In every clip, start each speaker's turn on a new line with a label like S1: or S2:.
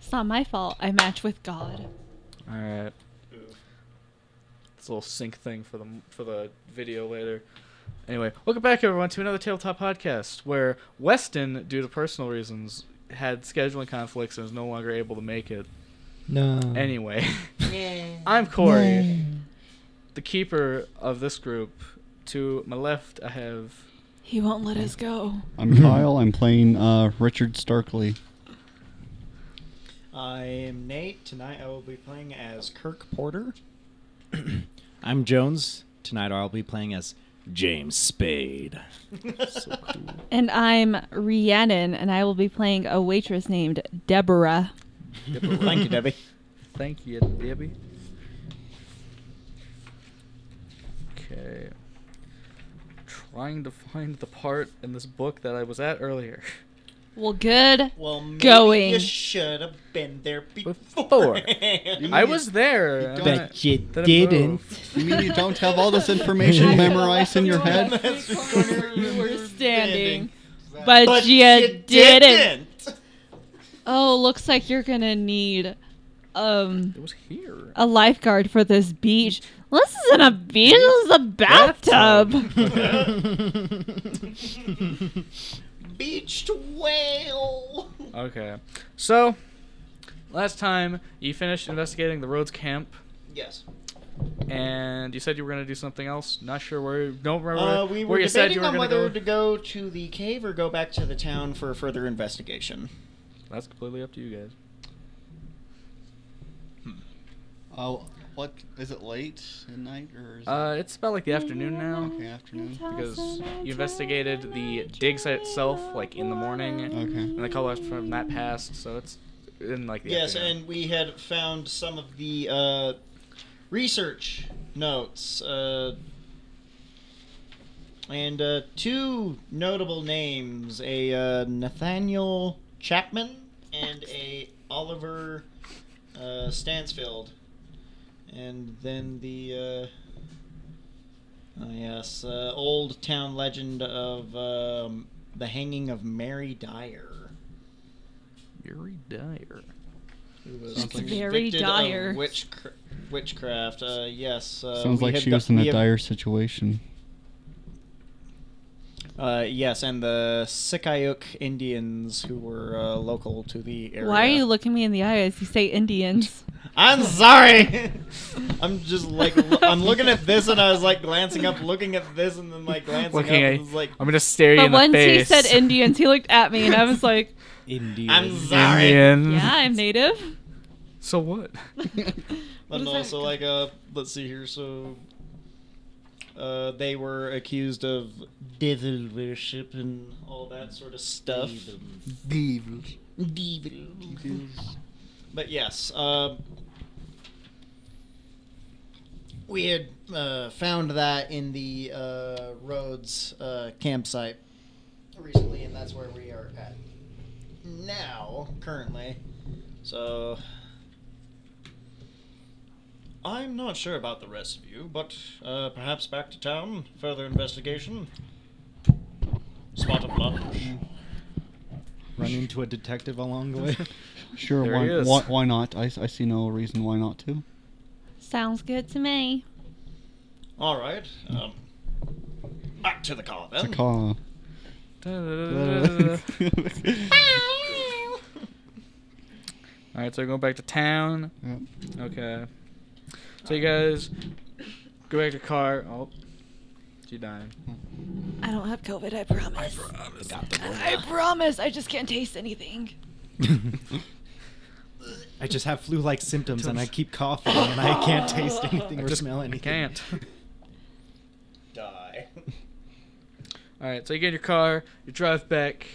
S1: It's not my fault. I match with God.
S2: All right. It's a little sync thing for the for the video later. Anyway, welcome back everyone to another Tabletop podcast where Weston, due to personal reasons, had scheduling conflicts and was no longer able to make it.
S3: No.
S2: Anyway,
S4: Yeah.
S2: I'm Corey, the keeper of this group. To my left, I have
S1: He won't let us go.
S5: I'm Kyle. I'm playing uh, Richard Starkley.
S4: I am Nate. Tonight I will be playing as Kirk Porter.
S3: I'm Jones. Tonight I'll be playing as James Spade.
S1: And I'm Rhiannon, and I will be playing a waitress named Deborah.
S4: Thank you, Debbie.
S2: Thank you, Debbie. Okay. Trying to find the part in this book that I was at earlier.
S1: Well, good.
S4: Well, maybe
S1: Going.
S4: you should have been there
S2: Before.
S4: before.
S2: I was there. and
S5: Bet
S2: I-
S3: you
S2: then I
S3: didn't.
S2: moved.
S5: You mean you don't have all this information memorized in your head?
S4: That's just where
S1: you were standing.
S4: standing.
S1: But, you, didn't.
S4: didn't.
S1: Oh, looks like you're gonna need um
S2: It was here.
S1: a lifeguard for this beach. Well, this isn't a beach. This is a bathtub.
S4: Beached whale.
S2: Okay. So, last time you finished investigating the Rhodes camp,
S4: Yes.
S2: and you said you were going to do something else. Not sure where. Don't remember
S4: Uh, we
S2: where
S4: were
S2: you said you
S4: debating
S2: were
S4: on
S2: going
S4: whether
S2: to go.
S4: to go to the cave or go back to the town for further investigation.
S2: That's completely up to you guys.
S5: Oh, what is it late at night or is
S2: Uh, it's about like the afternoon
S4: Mm-hmm.
S2: now.
S5: it afternoon? Uh,
S2: because you investigated the dig site itself like in the morning
S5: Okay.
S2: and the colors from that passed so it's in like the
S4: Yes,
S2: afternoon.
S4: and we had found some of the uh, research notes. Uh, and uh, two notable names a uh, Nathaniel Chapman and a Oliver uh, Stansfield. And then the. Uh, oh, yes, uh, old town legend of um, the hanging of Mary Dyer.
S2: Yuri Dyer
S4: who was
S5: Sounds like-
S1: Very
S4: convicted of
S1: dire.
S4: witchcr- witchcraft. Uh, yes. Uh,
S5: Sounds
S4: we
S5: like
S4: had
S5: she
S4: go-
S5: was in
S4: we
S5: a
S4: have-
S5: dire situation.
S4: Uh, yes, and the Sikayuk Indians who were uh, local to the area.
S1: Why are you looking me in the eye as you say Indians?
S4: I'm sorry. I'm just like lo- I'm looking at this and I was like glancing up, looking at this and then like glancing
S2: looking
S4: up
S2: at
S4: and was like
S2: I'm gonna stare you
S1: But
S2: in the
S1: once he
S2: face
S1: said Indians, he looked at me, and I was like,
S3: Indian.
S4: I'm sorry.
S2: Indian
S1: "Yeah, I'm native."
S2: so what
S1: What
S4: And
S1: is that?
S4: also like uh let's see here, so uh, they were accused of devil worship and all that sort of stuff. But yes, um we had uh, found that in the uh, Rhodes uh, campsite recently, and that's where we are at now, currently. So. I'm not sure about the rest of you, but uh, perhaps back to town, further investigation. Spot of lunch.
S3: Run into a detective along the way.
S5: Sure,
S2: There he
S5: why,
S2: is.
S5: why, why not? I, s- I see no reason why not to.
S1: Sounds good to me.
S4: All right. Um, back to the car
S5: It's
S4: then.
S5: a car.
S2: all
S5: Yep.
S2: right so we're going back to town okay so you guys go back to car oh she dying
S1: I don't have COVID. I promise. I promise. I just can't taste anything.
S3: I just have flu-like symptoms, and I keep coughing, and I can't taste anything or
S2: just
S3: smell anything.
S2: can't
S4: Die.
S2: all right so you get in your car you drive back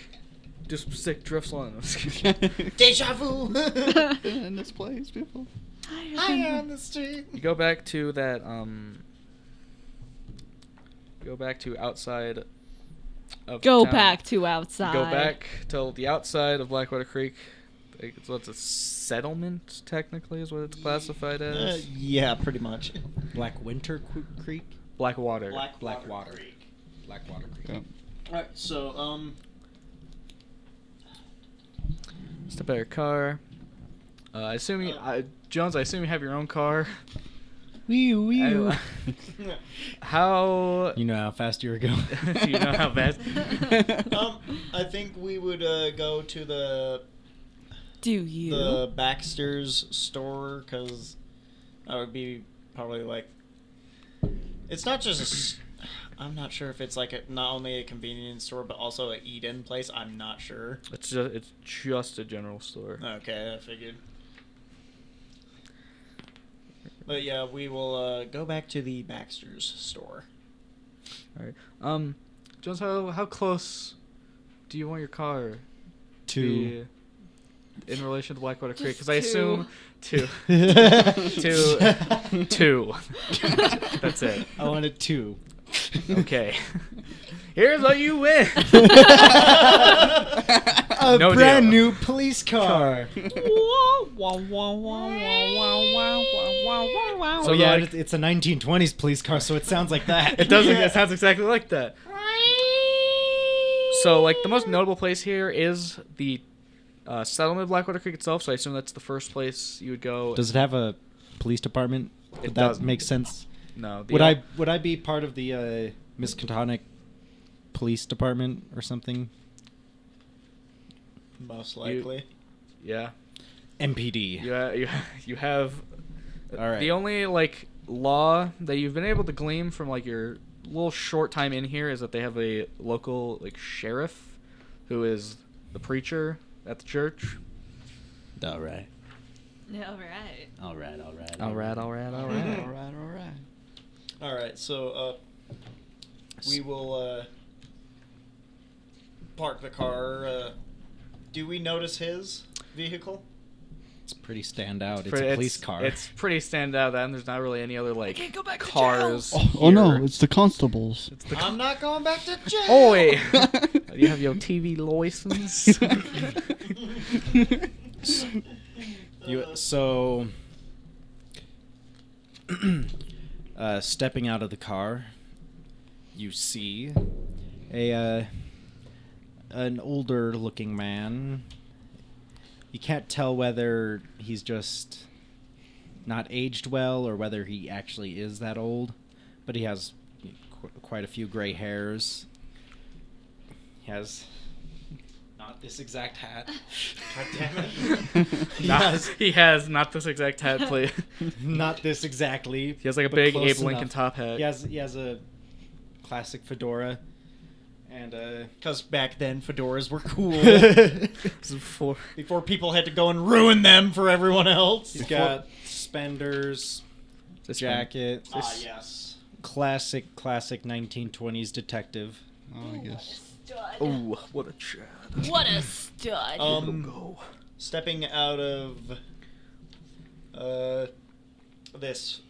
S2: do some sick drifts on them
S4: Deja vu.
S5: in this place, people.
S4: High on the street.
S2: You go back to that um go back to outside of
S1: Go
S2: town.
S1: back to outside.
S2: Go back to the outside of Blackwater Creek. It's what's a settlement technically is what it's classified
S4: Uh,
S2: as.
S4: yeah, pretty much.
S3: Black Winter Qu- Creek.
S2: Blackwater.
S3: Blackwater Water.
S4: Creek.
S3: Blackwater Creek.
S5: Yep.
S4: All right. So, um,
S2: Step out of your car. Uh, I assume you, I, Jones. I assume you have your own car.
S3: Wee wee.
S2: I- how?
S3: You know how fast you were going.
S2: Do you know how fast-
S4: um, I think we would uh, go to the
S1: Do you?
S4: the Baxter's store because that would be probably like. It's not just. A, s- I'm not sure if it's like a, not only a convenience store but also a eat-in place. I'm not sure.
S2: It's just it's just a general store.
S4: Okay, I figured. But yeah, we will uh, go back to the Baxter's store.
S2: All right. Um, Jones, how how close do you want your car
S3: Two.
S2: be in relation to Blackwater Creek?
S1: Just
S2: Because I assume two,
S3: Two.
S2: two. That's it.
S3: I wanted two.
S2: Okay. Here's how you win.
S3: A
S2: No
S3: brand
S2: deal.
S3: new police car.
S1: Wah, wah, wah, wah, wah, wah, wah, wah, wah, wah,
S3: So
S1: wah.
S2: So,
S3: yeah,
S2: like-
S3: it's- it's a 1920s police car, so it sounds like that.
S2: It does.
S4: Yeah.
S2: It sounds exactly like that. So, like, the most notable place here is the uh, settlement of Blackwater Creek itself. So, I assume that's the first place you would go.
S3: Does it have a police department?
S2: It
S3: Would that
S2: doesn't.
S3: make sense?
S2: no? The,
S3: Would I would I be part of the uh, Miskatonic police department or something?
S4: Most likely.
S2: Yeah.
S3: MPD.
S2: You ha- you you have.
S3: All right.
S2: The only like law that you've been able to glean from like your little short time in here is that they have a local like sheriff, who is the preacher at the church.
S3: All right.
S1: All right.
S3: All right. All right.
S2: all right, all
S5: Alright, alright, alright.
S4: All right, so uh, we will uh, park the car. Uh, do we notice his vehicle?
S3: It's pretty standout. Oh, It's,
S2: Pretty-
S3: a police car.
S2: It's pretty standout. That and there's not really any other like
S1: can't go back to jail.
S2: cars.
S5: Oh, oh no,
S2: here.
S5: it's the constables.
S2: It's the
S4: I'm not going back to jail.
S2: Oh wait, you have your TV license.
S3: You, so, uh, stepping out of the car, you see a uh, an older looking man. You can't tell whether he's just not aged well or whether he actually is that old, but he has qu- quite a few gray hairs. He has not this exact hat.
S4: God damn it.
S2: Not-
S3: Yes.
S2: he has not this exact hat plate.
S3: Not this exactly.
S2: He has like a
S3: but
S2: big
S3: close
S2: Abe Lincoln
S3: enough.
S2: top hat.
S3: He has he has a classic fedora, and uh,
S4: Because back then fedoras were cool.
S2: This is before-
S4: Before people had to go and ruin them for everyone else.
S3: he's got spenders,
S2: this
S3: jacket,
S4: Ah, yes.
S3: classic classic 1920s detective.
S5: oh, I guess.
S1: Stud.
S2: Oh, what a chad.
S1: What a stud.
S4: Um,
S2: Go.
S4: stepping out of uh, this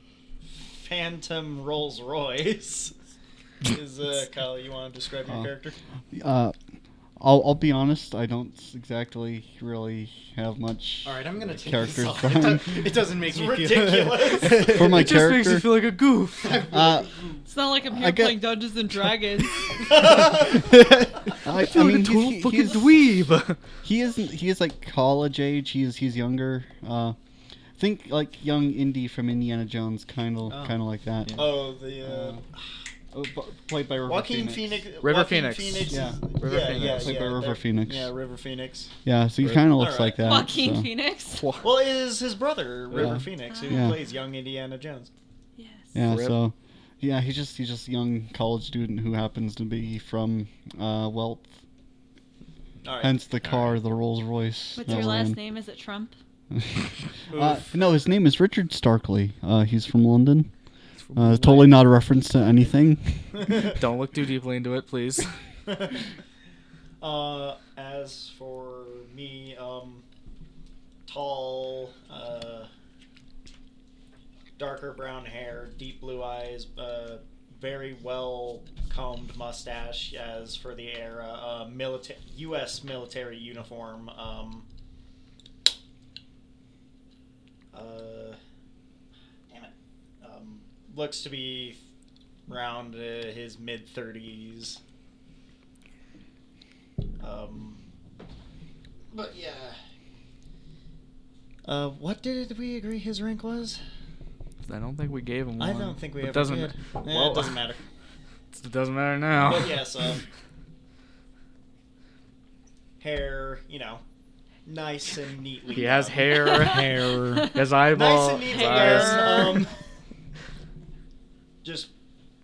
S4: phantom Rolls Royce is uh, Kyle. You want to describe your
S5: Uh,
S4: character?
S5: Uh, I'll, I'll be honest, I don't exactly really have much.
S3: All right, I'm gonna take
S5: Character's
S3: this off.
S5: fine.
S3: It, does, it doesn't make
S4: It's
S3: me
S4: ridiculous.
S3: feel
S5: For my
S2: it just makes you
S5: character-
S2: feel like a goof.
S5: Uh,
S1: it's not like I'm
S5: I
S1: here
S5: got-
S1: playing Dungeons and Dragons.
S5: I, I
S2: feel like
S5: mean,
S2: a total
S5: he-
S2: fucking
S5: he's-
S2: dweeb.
S5: He isn't. He is like college age. He's he's younger. Uh, think like young Indy from Indiana Jones, kind of
S3: Oh.
S5: kind of like that.
S4: oh, the uh,
S5: Uh, oh, bu- played by River
S4: Joaquin
S5: Phoenix.
S4: Phoenix.
S2: River
S4: Joaquin
S2: Phoenix.
S4: Phoenix.
S5: Yeah.
S4: is-
S2: River
S4: yeah,
S2: Phoenix.
S4: yeah,
S5: Played
S4: yeah,
S5: by River
S4: they're-
S5: Phoenix.
S4: Yeah, River Phoenix.
S5: Yeah, so he
S2: Right.
S5: kind of looks
S4: Alright.
S5: like that.
S1: Joaquin
S5: so-
S1: Phoenix.
S5: Uh,
S4: Well, it is his brother River
S5: Yeah.
S4: Phoenix who
S5: Yeah.
S4: plays young Indiana Jones.
S1: Yes.
S5: Yeah,
S2: Rip.
S5: so yeah, he's just he's just a young college student who happens to be from uh, wealth,
S4: All right.
S5: hence the car, the Rolls Royce.
S1: What's
S5: that
S1: your
S5: we're
S1: last
S5: in.
S1: name? Is it Trump?
S5: uh,
S2: Oof.
S5: no, his name is Richard Starkley. Uh, he's from London. Uh, totally not a reference to anything.
S2: Don't look too deeply into it, please.
S4: uh, as for me, um, tall, uh, darker brown hair, deep blue eyes, uh, very well combed mustache. As for the era, uh, milita- U.S. military uniform. Um, uh, damn it. Um, looks to be around uh, his mid 30s. Um, but yeah. Uh, what did we agree his rank was?
S2: I don't think we gave him one.
S4: I don't think we
S2: It
S4: ever
S2: doesn't,
S4: did. Eh, it
S2: well,
S4: doesn't matter.
S2: It doesn't matter now.
S4: But yeah, so hair, you know, nice and neatly.
S2: He has
S4: done.
S2: hair,
S3: Hair.
S2: His
S4: nice
S2: eyeball.
S4: and neatly
S2: his eyes.
S4: done. Um, just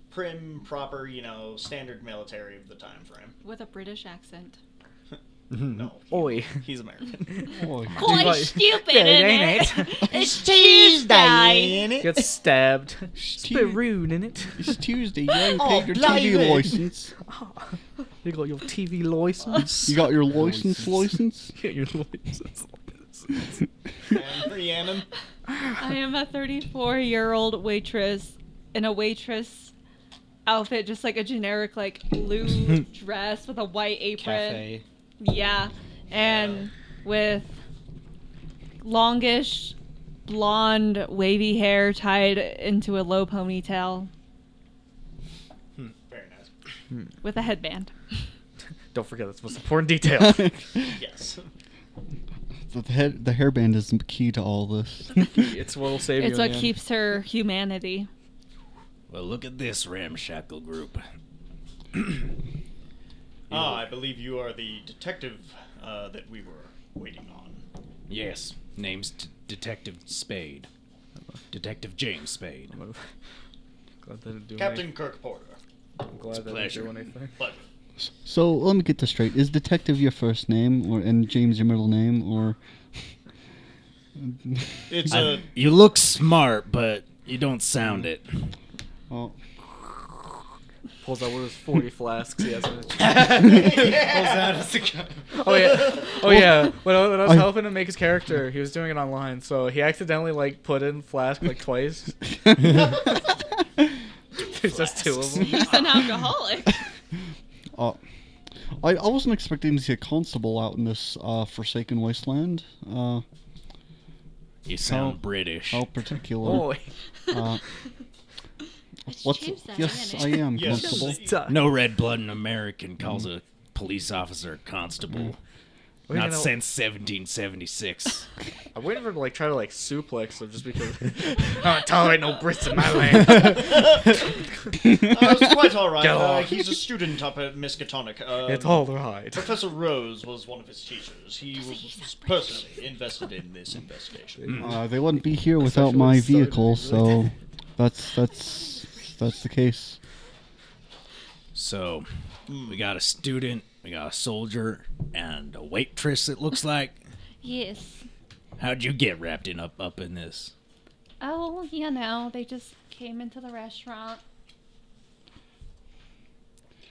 S4: prim, proper, you know, standard military of the time frame.
S1: With a British accent.
S3: Mm-hmm.
S2: Hmm.
S4: No,
S2: Oi.
S4: he's American.
S5: Boy.
S2: Quite
S1: Quite
S2: Like-
S1: stupid,
S2: Yeah, it
S1: isn't
S2: ain't
S1: it? it's Tuesday.
S4: ain't it?
S2: Gets stabbed.
S5: Steve.
S2: Spit rude in it.
S5: It's Tuesday. You ain't
S4: Oh,
S5: paid your
S4: blimey.
S5: TV license.
S2: You got your TV license.
S5: You got your license license?
S2: You got your license.
S4: And Rhiannon,
S1: I am a 34 year old waitress in a waitress outfit, just like a generic, like blue dress with a white apron.
S3: Cafe.
S1: Yeah. And with longish blonde wavy hair tied into a low ponytail
S2: Hmm.
S4: very nice.
S1: with a headband.
S2: Don't forget that's the most important detail.
S4: Yes.
S5: The, head, the hairband is the key to all this.
S2: it's what'll save you.
S1: It's
S2: in
S1: what
S2: the end.
S1: keeps her humanity.
S3: Well, look at this ramshackle group.
S4: Ah, I believe you are the detective uh, that we were waiting on.
S3: Yes, name's D- Detective Spade. Detective James Spade.
S2: Glad they didn't do
S4: Captain
S2: any-
S4: Kirk Porter.
S2: I'm glad they didn't
S3: Pleasure.
S2: do anything.
S4: But
S5: So let me get this straight. Is Detective your first name, or and James your middle name, or
S4: it's
S3: I-
S4: a
S3: you look smart, but you don't sound it.
S5: oh,
S2: Pulls out one of his 40 flasks he has in his Oh
S4: Uh,
S2: yeah, oh yeah. When I, when I was
S5: I-
S2: helping him make his character, he was doing it online, so he accidentally like put in flask like twice. There's just two of them.
S1: He's an alcoholic.
S5: oh. I, I wasn't expecting to see a constable out in this uh, forsaken wasteland. Uh,
S3: You sound
S5: Oh.
S3: British.
S5: how particular?
S2: Boy,
S5: Uh,
S1: It's
S5: what's yes, I am
S4: Yes.
S5: constable.
S2: Duh.
S3: No red blood in American calls a police officer a constable.
S2: We're
S3: Not
S2: gonna-
S3: since 1776.
S2: I'm waiting for him to like try to like suplex him just because I don't tolerate no Brits in my land.
S4: Uh, it's quite all right.
S2: Get
S4: Uh,
S2: off.
S4: he's a student up at Miskatonic. Um,
S2: it's all right.
S4: Professor Rose was one of his teachers. He was personally invested in this
S2: Mm.
S4: investigation.
S5: Uh, they wouldn't be here
S2: Especially
S5: without my
S2: with Southern
S5: vehicle, so
S2: England.
S5: that's that's that's the case.
S3: so, we got a student, we got a soldier, and a waitress, it looks like.
S1: Yes.
S3: How'd you get wrapped in up, up in this?
S1: Oh, you know, they just came into the restaurant.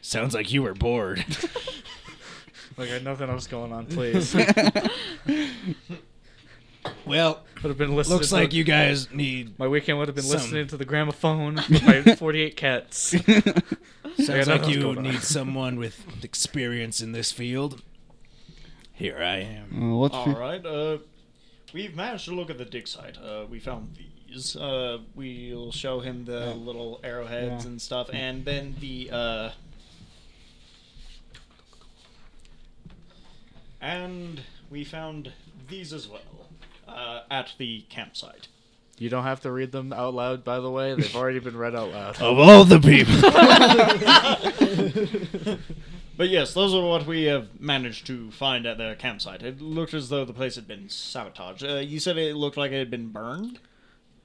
S3: Sounds like you were bored.
S2: Like I had nothing else going on. Please,
S5: Uh,
S3: well,
S2: would have been listening.
S3: looks
S2: to-
S3: like you guys need
S2: My weekend would have been
S3: Some-
S2: listening to the gramophone with my 48 cats.
S3: Sounds
S2: Yeah,
S3: like
S2: nothing's
S3: you
S2: going on.
S3: need someone with experience in this field. Here I am.
S5: Uh, what's
S4: All right. Uh, we've managed to look at the dig site. Uh, we found these. Uh, we'll show him the little arrowheads
S5: Yeah.
S4: and stuff, and then the. Uh, and we found these as well uh, at the campsite.
S2: You don't have to read them out loud, by the way. They've already been read out loud.
S3: Of all the people.
S4: But yes, those are what we have managed to find at their campsite. It looked as though the place had been sabotaged. Uh, you said it looked like it had been burned?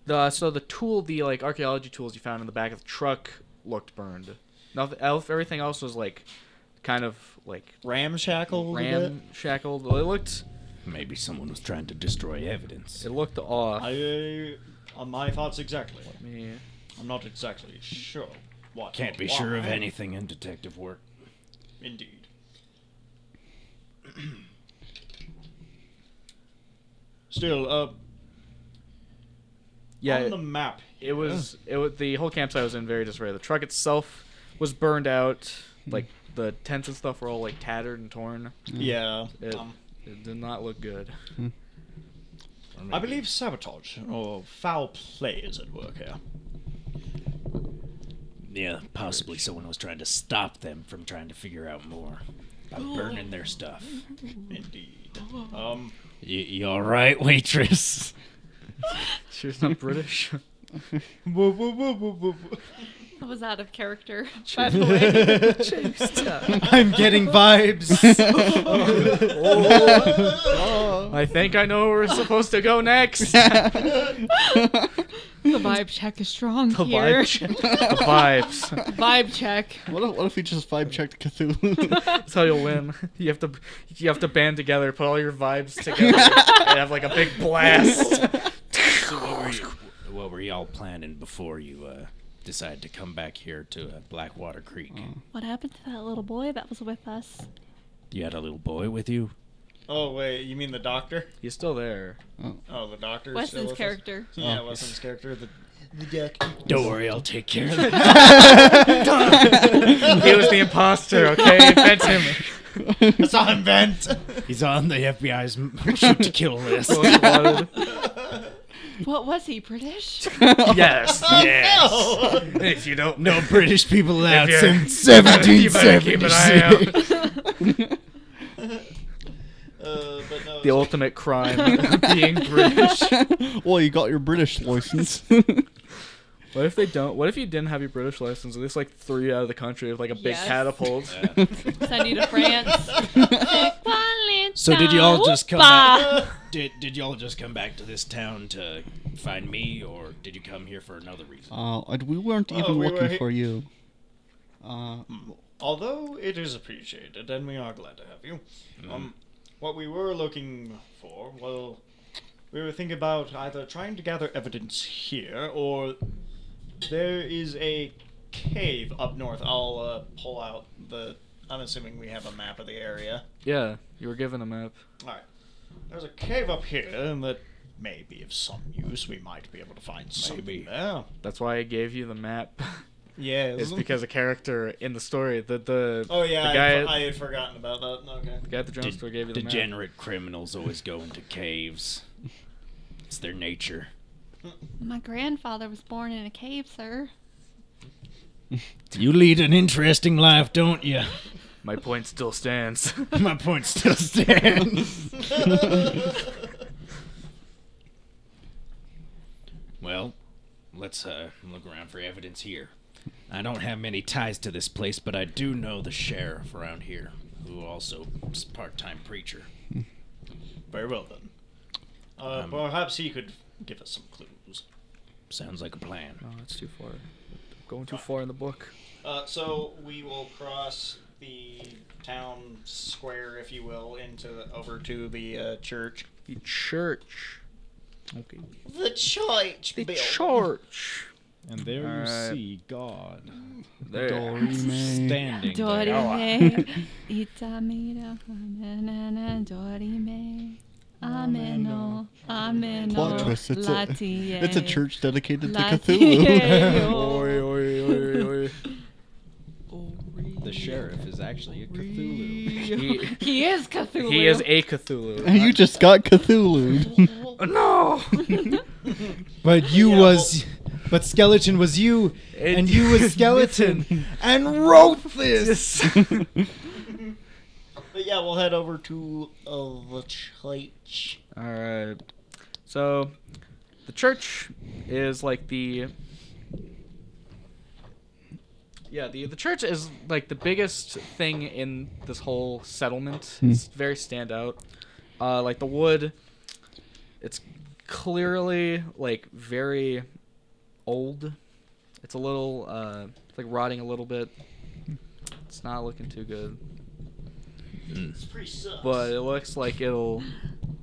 S2: Uh, so the tool, the like archaeology tools you found in the back of the truck looked burned. Nothing else. Everything else was like, kind of like
S4: Ramshackled? a bit?
S2: ramshackled. It looked,
S3: Maybe someone was trying to destroy evidence.
S2: it looked off.
S4: I, uh, my thoughts exactly.
S2: Yeah.
S4: I'm not exactly sure. What?
S3: Can't
S4: or
S3: be sure of
S4: why.
S3: anything in detective work.
S4: Indeed. Still, uh,
S2: Yeah.
S4: on
S2: it-
S4: the map,
S2: It was it was the whole campsite was in very disarray. The truck itself was burned out. Like the tents and stuff were all like tattered and torn.
S4: yeah.
S2: It,
S4: um,
S2: it did not look good.
S3: Or maybe-
S4: I believe sabotage or foul play is at work here.
S3: Yeah, possibly someone was trying to stop them from trying to figure out more by burning their stuff.
S4: Indeed. Um,
S3: You, you all right, waitress?
S2: She was not British.
S1: That was out of character, by the way.
S3: I'm getting
S4: Oh.
S3: vibes.
S2: I think I know where we're supposed to go next.
S1: The vibe check is strong
S2: The
S1: here.
S2: vibe check. The vibes.
S1: vibe check.
S5: What if, what if we just vibe checked Cthulhu?
S2: That's how you'll win. You have to, you have to band together, put all your vibes together, and have like a big blast.
S3: what, were you, what were y'all planning before you uh, decided to come back here to uh, Blackwater Creek?
S2: Mm.
S1: What happened to that little boy that was with us?
S3: You had a little boy with you?
S4: Oh wait, you mean the doctor?
S2: He's still there.
S5: Uh,
S4: Oh, the doctor. still
S1: Weston's
S4: with us?
S1: character.
S4: Yeah,
S5: Oh.
S4: Weston's character. The the doctor.
S3: Don't worry, I'll take care of it.
S5: uh.
S2: He was the imposter. Okay, that's him.
S4: I saw him vent.
S3: He's on the FBI's m- shoot to kill list.
S2: Most wanted.
S4: Oh,
S1: What was he, British?
S2: Yes. Yes.
S4: Oh,
S2: If you don't
S3: No British people allowed
S2: If you're-
S3: since
S2: you better keep an eye out.
S3: 1776.
S4: no. Uh, but no.
S2: the ultimate crime being British.
S5: well, you got your British license.
S2: What if they don't? What if you didn't have your British license? At least like three out of the country with like a big
S1: Yes.
S2: catapult.
S1: Send you to France.
S3: So did you all just come
S1: Oopah.
S3: back? Did, did y'all just come back to this town to find me, or did you come here for another reason?
S5: uh, and we weren't
S4: Oh,
S5: even
S4: we were
S5: looking
S4: he-
S5: for you. Uh,
S4: Hmm. Although it is appreciated, and we are glad to have you.
S2: Mm-hmm.
S4: Um, what we were looking for, well, we were thinking about either trying to gather evidence here, or there is a cave up north. I'll uh, pull out the. I'm assuming we have a map of the area.
S2: Yeah, you were given a map.
S4: All right. There's a cave up here, and that may be of some use. We might be able to find
S3: Maybe.
S4: something there.
S2: That's why I gave you the map.
S4: Yeah,
S2: It's because a character in the story, the the
S4: Oh yeah,
S2: the guy,
S4: I, I had forgotten about that. Okay.
S2: the guy at the general store gave you the map.
S3: degenerate criminals always go into caves. It's their nature.
S1: My grandfather was born in a cave, sir.
S3: You lead an interesting life, don't you?
S2: My point still stands.
S3: My point still stands. Well, let's uh, look around for evidence here. I don't have many ties to this place, but I do know the sheriff around here, who also is part-time preacher.
S4: Very well then. Uh,
S3: Um,
S4: perhaps he could give us some clues.
S3: Sounds like a plan.
S2: no, that's too far. Going too far in the book.
S4: Uh, so we will cross the town square, if you will, into over to the uh, church.
S2: The church. Okay.
S4: The church.
S2: The church.
S3: And there
S2: All right.
S3: see God
S2: There.
S5: Dory May.
S3: standing
S1: Dory
S3: there.
S1: May, itamira, na Dory May, ameno, ameno,
S5: Plot twist. It's a,
S1: latie,
S5: it's a church dedicated to
S1: latie,
S5: Cthulhu.
S2: Oi,
S1: oh.
S2: oi, oi, oi.
S3: The sheriff is actually a Cthulhu.
S2: He-
S1: He is Cthulhu.
S2: He is a Cthulhu.
S5: you just got Cthulhu.
S2: no.
S3: But you
S4: Yeah,
S3: was, but skeleton was you,
S2: And
S3: and, you was skeleton, and wrote this.
S4: But yeah, we'll head over to uh, the church.
S2: All right. So, the church is like the yeah the the church is like the biggest thing in this whole settlement. It's very standout. Uh, like the wood, it's clearly like very old. It's a little uh, it's like rotting a little bit. It's not looking too good,
S4: It's pretty sus.
S2: but it looks like it'll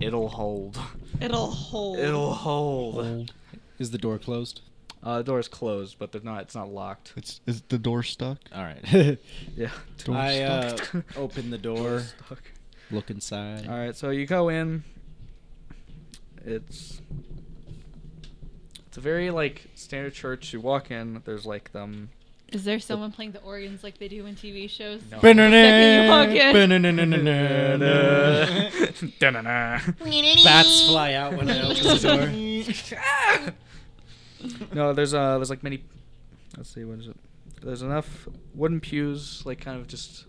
S2: it'll hold.
S1: It'll hold.
S2: It'll hold.
S3: Is the door closed?
S2: Uh, the door is closed, but they're not. It's not locked.
S5: It's is the door stuck?
S3: All right.
S2: Yeah.
S5: Door
S3: I uh,
S5: stuck.
S3: open the door, look inside.
S2: All right. So you go in. It's it's a very like standard church. You walk in. There's like them.
S1: Is there someone playing the organs like they do in TV shows?
S2: No.
S3: Bats fly out when I open the door.
S2: no, there's uh there's like many. Let's see what is it. There's enough wooden pews like kind of just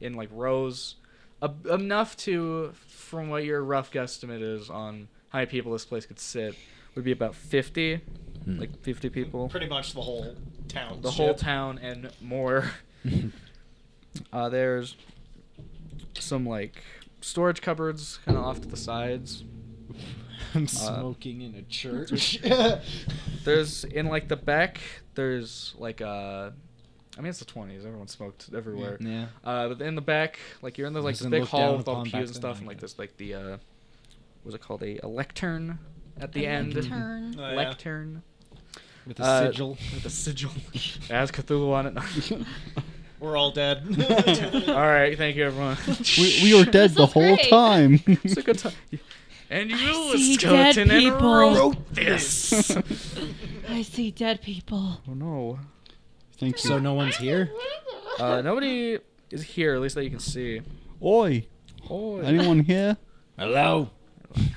S2: in like rows. a, enough to, from what your rough guesstimate is on how many people this place could sit, would be about 50,
S3: Hmm.
S2: like 50 people.
S4: Pretty much the whole town.
S2: the whole town and more. Uh, there's some like storage cupboards kind of off to the sides.
S3: I'm smoking in a church.
S2: There's in like the back. There's like uh, I mean it's the 20s. Everyone smoked everywhere.
S3: yeah.
S2: Uh, but in the back, like you're in the like this
S3: Wasn't
S2: big
S3: looked
S2: hall
S3: down
S2: with all
S3: upon
S2: the
S3: back
S2: pews and
S3: then,
S2: stuff,
S3: I
S2: and like
S3: guess.
S2: there's like the uh, what's it called? A, a lectern at the
S1: A
S2: end.
S1: Lectern.
S4: Oh, yeah.
S2: Lectern
S3: With a
S2: Uh,
S3: sigil.
S2: with a sigil. It has Cthulhu on it.
S4: We're all dead.
S2: all right, thank you everyone.
S5: we, we were dead
S1: This
S5: the
S1: was
S5: whole
S1: great.
S5: time.
S2: It's a good time. And you,
S1: I
S2: a
S1: see dead
S2: skeleton, and
S1: people.
S2: wrote this.
S1: I see dead people.
S2: oh no.
S5: Thank you.
S3: So no one's here.
S2: Uh, nobody is here, at least that you can see.
S5: Oi,
S2: Oh,
S5: anyone here?
S3: Hello.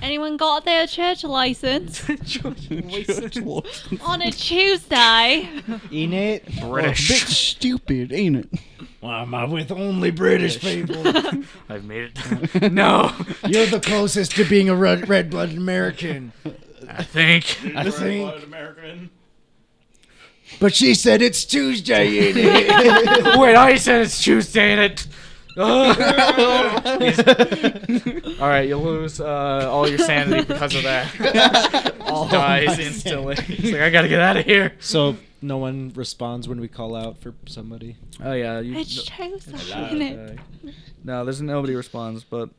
S1: Anyone got their church license
S5: Church walk.
S1: on a Tuesday?
S3: In it.
S5: It's a bit stupid, ain't it?
S3: Why am I with only British people?
S2: I've made it. no,
S3: You're the closest to being a red, blooded American.
S2: I think.
S3: I think.
S4: American.
S3: But she said it's Tuesday, in it.
S2: Wait, I said it's Tuesday and it. all right, you lose uh, all your sanity because of that. All dies instantly. It's like I gotta get out of here.
S3: So no one responds when we call out for somebody.
S2: Oh yeah, you.
S1: It's Tuesday, isn't
S2: no,
S1: it?
S2: no, there's nobody responds, but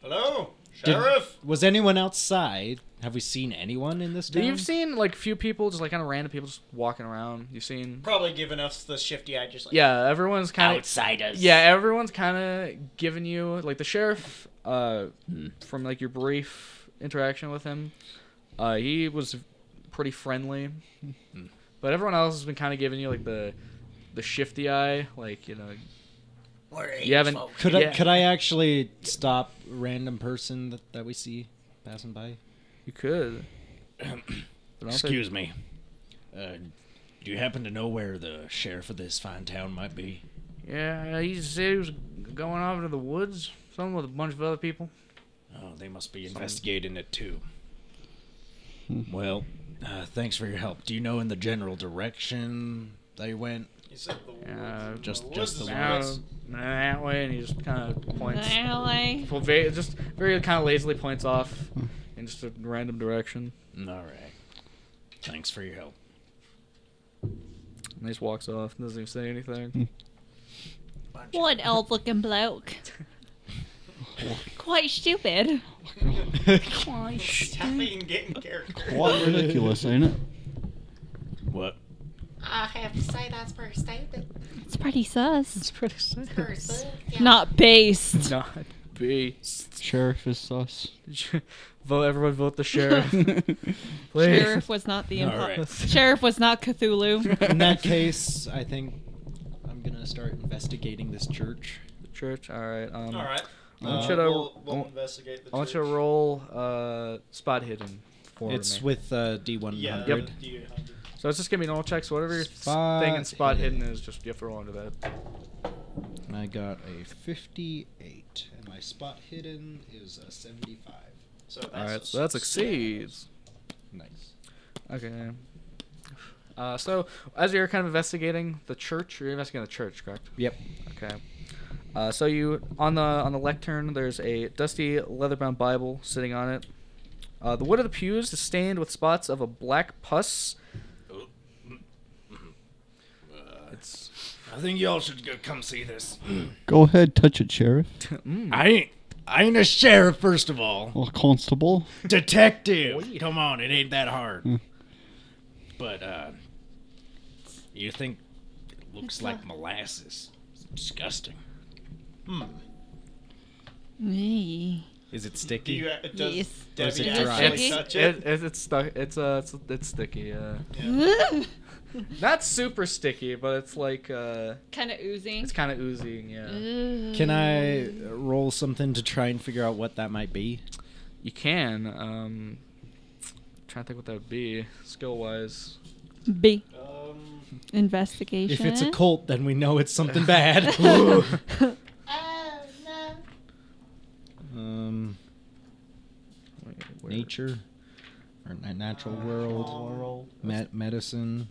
S4: Hello,
S3: Did-
S4: sheriff.
S3: Was anyone outside? Have we seen anyone in this town?
S2: You've seen like few people, just like kind of random people just walking around. You've seen,
S4: Probably giving us the shifty eye, just like
S2: yeah, everyone's kind of,
S3: outsiders.
S2: yeah, everyone's kind of giving you like the sheriff, uh, from like your brief interaction with him, uh, he was pretty friendly, but everyone else has been kind of giving you like the, the shifty eye, like you know, you haven't,
S3: Could I
S2: yeah,
S3: could I actually stop a random person that, that we see passing by?
S2: you could. But I don't think-
S3: me. Uh, do you happen to know where the sheriff of this fine town might be?
S2: Yeah, he said he was going off into the woods, something with a bunch of other people.
S3: Oh, they must be investigating it too. Well, uh, thanks for your help. Do you know in the general direction they went?
S4: You said the woods.
S2: Uh,
S4: and
S3: just-
S4: the
S3: just
S4: woods
S3: the
S4: is where
S2: Uh,
S4: it's-
S2: that way, and he just kind of points.
S1: Alley.
S2: Well, very, just very kind of lazily points off
S3: Hmm.
S2: in just a random direction,
S3: All right. Thanks for your help.
S2: and he just walks off and doesn't even say anything.
S1: What old looking bloke. Quite stupid.
S4: Tapping and getting character.
S5: Quite ridiculous, ain't it?
S3: What?
S6: I have to say that's pretty stupid.
S1: It's pretty sus.
S2: pretty
S6: Pretty stupid. Yeah.
S1: Not based.
S2: Not be.
S5: Sheriff is sus.
S2: vote everyone, vote the sheriff, please.
S1: Sheriff was not the
S3: All
S1: impo-
S3: right.
S1: Sheriff was not Cthulhu.
S3: In that case, I think I'm gonna start investigating this church.
S2: The church. All right. Um,
S4: All right.
S2: I want
S4: Uh,
S2: you to.
S4: we'll,
S2: I
S4: we'll
S2: want-
S4: investigate the
S2: I want you to
S4: church.
S2: roll uh, spot hidden. For
S3: It's
S2: me.
S3: with uh, D100.
S4: Yeah.
S2: Yep.
S4: the D800.
S2: So it's just gonna be normal checks. Whatever your
S3: Spot
S2: thing and spot
S3: hidden.
S2: hidden is, just you have to roll under that.
S3: I got a 58, and my spot hidden is a 75.
S4: So
S2: All
S4: that's
S2: right.
S4: a
S2: So that
S4: six.
S2: succeeds.
S3: Nice.
S2: Okay. Uh, so, as you're kind of investigating the church, you're investigating the church, correct?
S3: Yep.
S2: Okay. Uh, so you on the on the lectern, there's a dusty leather-bound Bible sitting on it. Uh, the wood of the pews is stained with spots of a black pus. It's
S7: I think y'all should go come see this.
S5: Go ahead, touch it, Sheriff.
S3: Hmm.
S7: I ain't I ain't a sheriff, first of all.
S5: Well, constable.
S7: Detective. Come on, it ain't that hard. but uh you think it looks like molasses. It's disgusting.
S4: Hmm.
S1: Me.
S3: Is it
S4: Do
S3: sticky?
S4: you, uh, does
S1: Yes.
S3: Does
S4: Debbie
S3: it
S4: actually
S3: dry?
S2: it's,
S4: touch it?
S2: it, it's stuck. It's uh, it's, it's sticky. Uh,
S1: kind
S2: not super sticky, but it's like uh,
S1: of oozing.
S2: it's kind of oozing. Yeah,
S3: Can I roll something to try and figure out what that might be?
S2: you can. Um, trying to think what that would be skill wise.
S1: B.
S4: Um,
S1: Investigation.
S3: If it's a cult, then we know it's something bad.
S6: Uh,
S2: Where-
S3: Um, nature or na- natural world, me- medicine.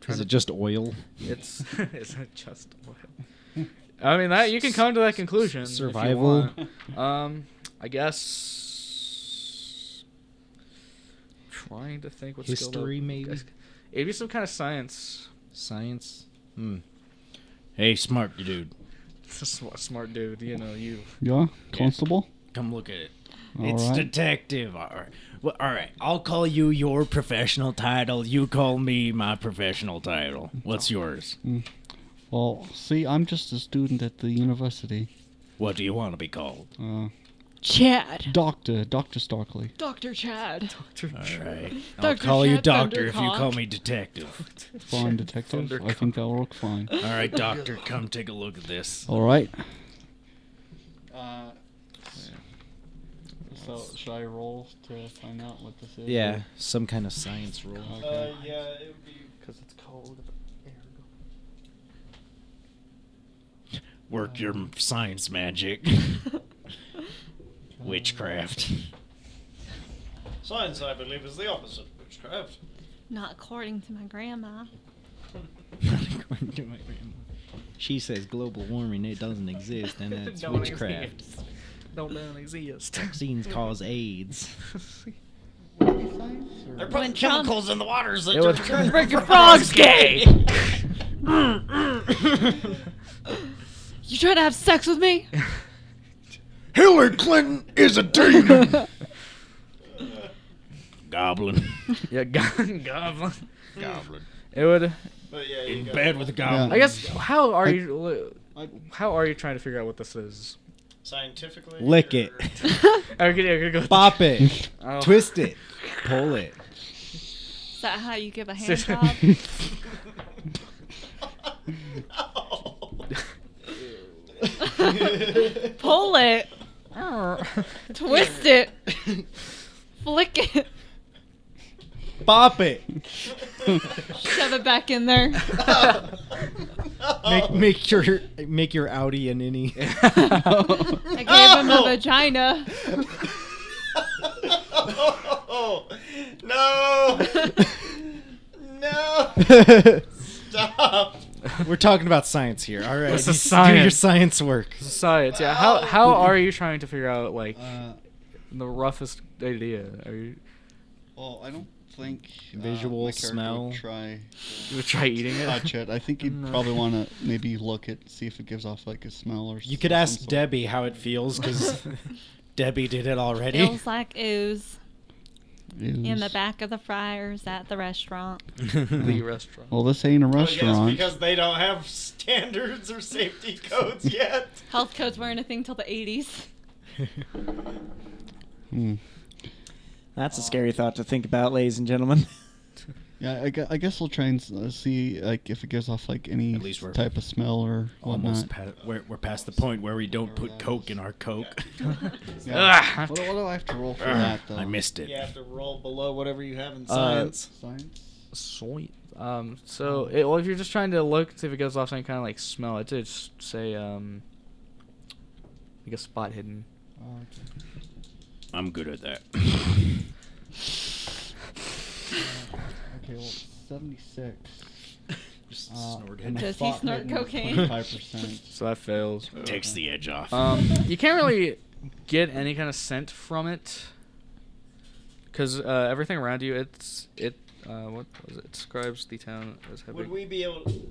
S2: Trying
S3: Is
S2: to-
S3: it just oil?
S2: It's is it just oil? I mean that you can come to that conclusion. if you
S3: Survival.
S2: want. Um, I guess. Trying to think what skill that
S3: History,
S2: would-
S3: maybe?
S2: It'd be some kind of science.
S3: Science. Hmm.
S7: Hey, smart dude,
S2: It's a smart, smart dude, you know you.
S5: Yeah, constable.
S7: come look at it.
S5: All
S7: it's
S5: right.
S7: detective. All right. Well, all right. I'll call you your professional title. You call me my professional title. What's yours?
S5: Well, see, I'm just a student at the university.
S7: What do you want to be called?
S5: Uh,
S1: Chad.
S5: doctor, Doctor Starkley.
S1: Dr. Chad.
S7: All right. I'll
S1: Dr.
S7: call you
S1: Chad
S7: doctor if you
S1: Thundercock.
S7: call me detective.
S5: Fine detective. I think that'll work fine.
S7: All right, doctor, come take a look at this.
S3: Oh,
S5: All right. Uh, so should I roll to find out what this is?
S3: Yeah, some kind of science rule.
S5: Okay.
S4: Uh, yeah, it would be
S2: Because it's cold.
S7: Work your m- science magic, witchcraft.
S4: science. I believe is the opposite of witchcraft.
S1: Not according to my grandma.
S3: According to my grandma. She says global warming it doesn't exist and that's
S2: Don't
S3: witchcraft.
S2: exist. Don't don't exist.
S3: Vaccines cause AIDS.
S4: There are
S1: When
S4: probably
S1: Trump-
S4: chemicals in the waters that
S2: It would-
S4: turn
S1: Break your frogs
S4: frogs
S1: gay! you trying to have sex with me?
S7: Hillary Clinton is a demon. Goblin.
S2: yeah, go- goblin.
S7: Goblin.
S2: It would.
S4: But yeah, you
S7: In
S4: got
S7: bed with a goblin.
S2: I guess. How are
S5: I-
S2: you? li-
S5: I-
S2: How are you trying to figure out what this is?
S4: scientifically.
S3: Lick
S4: or-
S3: it.
S2: I'm gonna, I'm gonna go
S3: Bop it.
S2: Oh.
S3: Twist it. Pull it.
S1: Is that how you give a hand
S2: Sit-
S1: job? Pull it. Twist it. Flick it.
S3: Bop it.
S1: Shove it back in there.
S3: Make
S4: Oh.
S3: make your make your Audi an innie.
S1: I gave him a
S4: Oh.
S1: vagina.
S4: no. No. Stop.
S3: We're talking about science here. All right.
S2: This is
S3: Do your
S2: science.
S3: science work.
S2: Science. Yeah. How how are you trying to figure out like
S5: Uh,
S2: the roughest idea? Are you
S5: well, I don't think uh,
S3: Visual,
S5: my character would
S3: smell.
S5: Try
S2: you would try eating it?
S5: touch it. I think you'd
S2: No.
S5: probably want to maybe look at see if it gives off like a smell or.
S3: You could ask Debbie how it feels cuz Debbie did it already.
S1: Feels like ooze in the back of the fryers at the restaurant.
S2: the restaurant.
S5: Well, this ain't a
S4: Well, yes,
S5: restaurant.
S4: because they don't have standards or safety codes yet.
S1: Health codes weren't a thing till the 80s.
S5: Hmm.
S8: That's a scary thought to think about, ladies and gentlemen.
S5: Yeah, I, gue- I guess we'll try and s- uh, see like if it gives off like any
S7: At least we're
S5: type of smell or
S7: Almost
S5: whatnot.
S7: pa- we're, we're past the point where we don't put coke in our coke.
S5: Yeah. what, do- what do I have to roll for that though?
S7: I missed it.
S4: You have to roll below whatever you have in
S2: science.
S4: science.
S5: Science.
S2: Uh, Sweet. Um. So, it, well, if you're just trying to look see if it gives off any kind of like smell, it did s- say um. Like a spot hidden.
S5: Oh, okay.
S7: I'm good at that.
S5: Uh, Okay, well, seventy-six.
S7: Just
S3: Oh.
S5: Uh, and
S7: snort it.
S5: my
S1: Does he
S5: thought
S1: snort
S5: rating was
S1: cocaine?
S5: 25%.
S2: So that fails.
S7: Takes the edge off.
S2: Um, you can't really get any kind of scent from it, because uh, everything around you, it's it. Uh, what was it? Describes the town as
S4: Would
S2: having.
S4: we be able? To,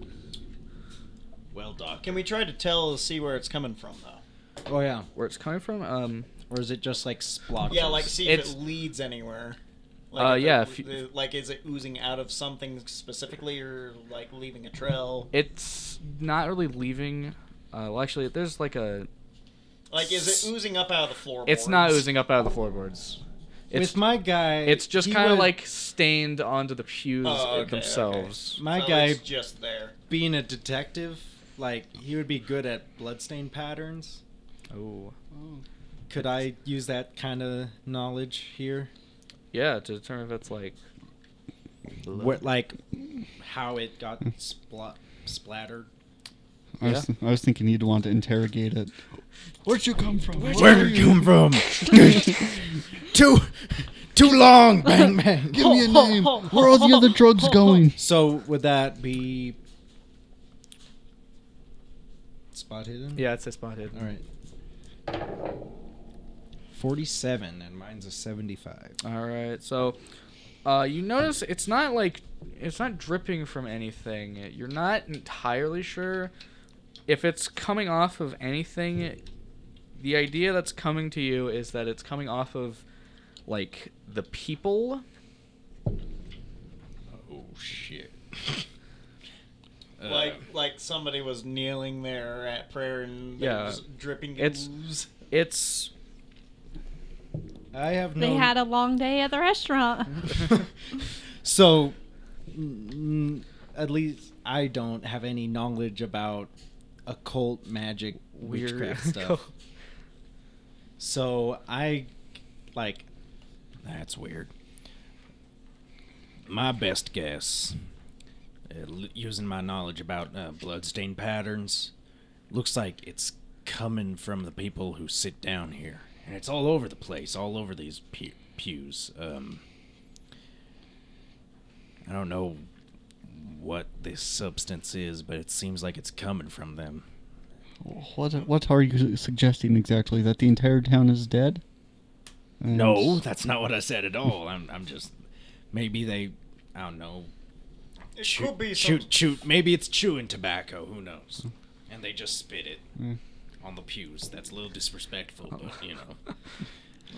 S7: well, doc.
S4: can we try to tell, see where it's coming from though?
S3: Oh yeah.
S2: where it's coming from? Um,
S3: Or is it just like splotches?
S4: Yeah, like see
S2: It's-
S4: if it leads anywhere.
S2: Uh,
S4: if
S2: yeah,
S4: It,
S2: if you-
S4: like, is it oozing out of something specifically, or like leaving a trail?
S2: it's not really leaving. Uh, well, actually, there's like a.
S4: Like, is it oozing up out of the floorboards?
S2: It's not oozing up out of the floorboards. It's
S3: With my guy,
S2: it's just
S3: he
S2: kind of
S3: was-
S2: like stained onto the pews uh,
S4: Oh, okay,
S2: themselves.
S3: my
S4: So
S3: guy
S4: It's just there.
S3: being a detective. Like he would be good at bloodstain patterns.
S2: Oh,
S5: Oh.
S3: Could I use that kind of knowledge here?
S2: yeah, to determine if it's like.
S3: What like how it got splat splattered?
S5: I, was, I was thinking you'd want to interrogate it. Where'd you come from?
S7: Where did you come from?
S3: too, too long. Bang bang.
S5: Give me a name. Where are all the other drugs going?
S3: So would that be spot hidden?
S2: Yeah, it's a spot hidden.
S3: All right. Forty-seven, and mine's a seventy-five.
S2: All right. So, uh, you notice it's not like it's not dripping from anything. You're not entirely sure if it's coming off of anything. The idea that's coming to you is that it's coming off of like the people.
S7: Oh shit.
S2: Uh,
S4: like like somebody was kneeling there at prayer and they
S2: Yeah.
S4: was dripping
S2: It's-
S4: ooze.
S2: It's
S3: Uh, I have no.
S1: They had a long day at the restaurant.
S3: so, mm, at least I don't have any knowledge about occult magic
S2: weird
S3: witchcraft stuff. So I like
S7: That's weird. My best guess, uh, l- using my knowledge about uh, bloodstain patterns, looks like it's coming from the people who sit down here, and it's all over the place, all over these pew- pews. Um, I don't know what this substance is, but it seems like it's coming from them.
S5: What What are you suggesting exactly? That the entire town is dead? And-
S7: No, that's not what I said at all. I'm, I'm just maybe they, I don't know,
S4: It
S7: chew,
S4: could be
S7: chew,
S4: some,
S7: chew- Maybe it's chewing tobacco. Who knows? And they just spit it
S5: Mm.
S7: on the pews. That's a little disrespectful, but you know.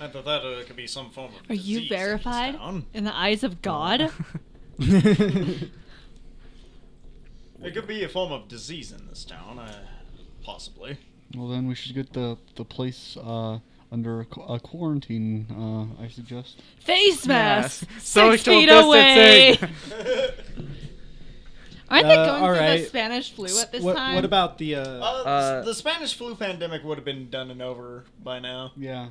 S4: I thought that uh, could be some form of
S1: Are you
S4: disease in this
S1: verified
S4: town.
S1: in the eyes of God?
S4: It could be a form of disease in this town, uh, possibly.
S5: Well, then we should get the the place uh, under a, qu- a quarantine. Uh, I suggest.
S1: Face mask. Six
S2: Social
S1: feet away.
S2: distancing.
S4: Uh,
S1: Aren't they
S3: Uh,
S1: going
S3: all
S1: through
S3: right.
S1: the Spanish flu at this
S3: what,
S1: time?
S3: what about the? Uh,
S4: Uh,
S2: Uh,
S4: the Spanish flu pandemic would have been done and over by now.
S5: Yeah.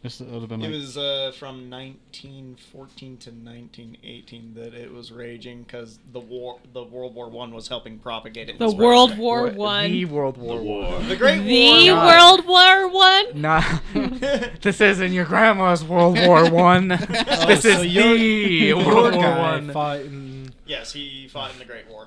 S5: This would have been
S4: It
S5: like,
S4: was uh, from 1914 to 1918 that it was raging because the war, the World War One was helping propagate it.
S1: the
S4: It's
S1: World
S4: raging.
S1: War
S2: What- The
S1: One?
S2: World War One.
S4: the Great
S1: The
S4: War.
S1: World War One.
S2: Nah, this isn't your grandma's World War One. this
S3: Oh, so
S2: is
S3: your-
S2: the
S3: your
S2: World War
S3: guy
S2: One.
S3: fought in-
S4: Yes, he fought in the Great War.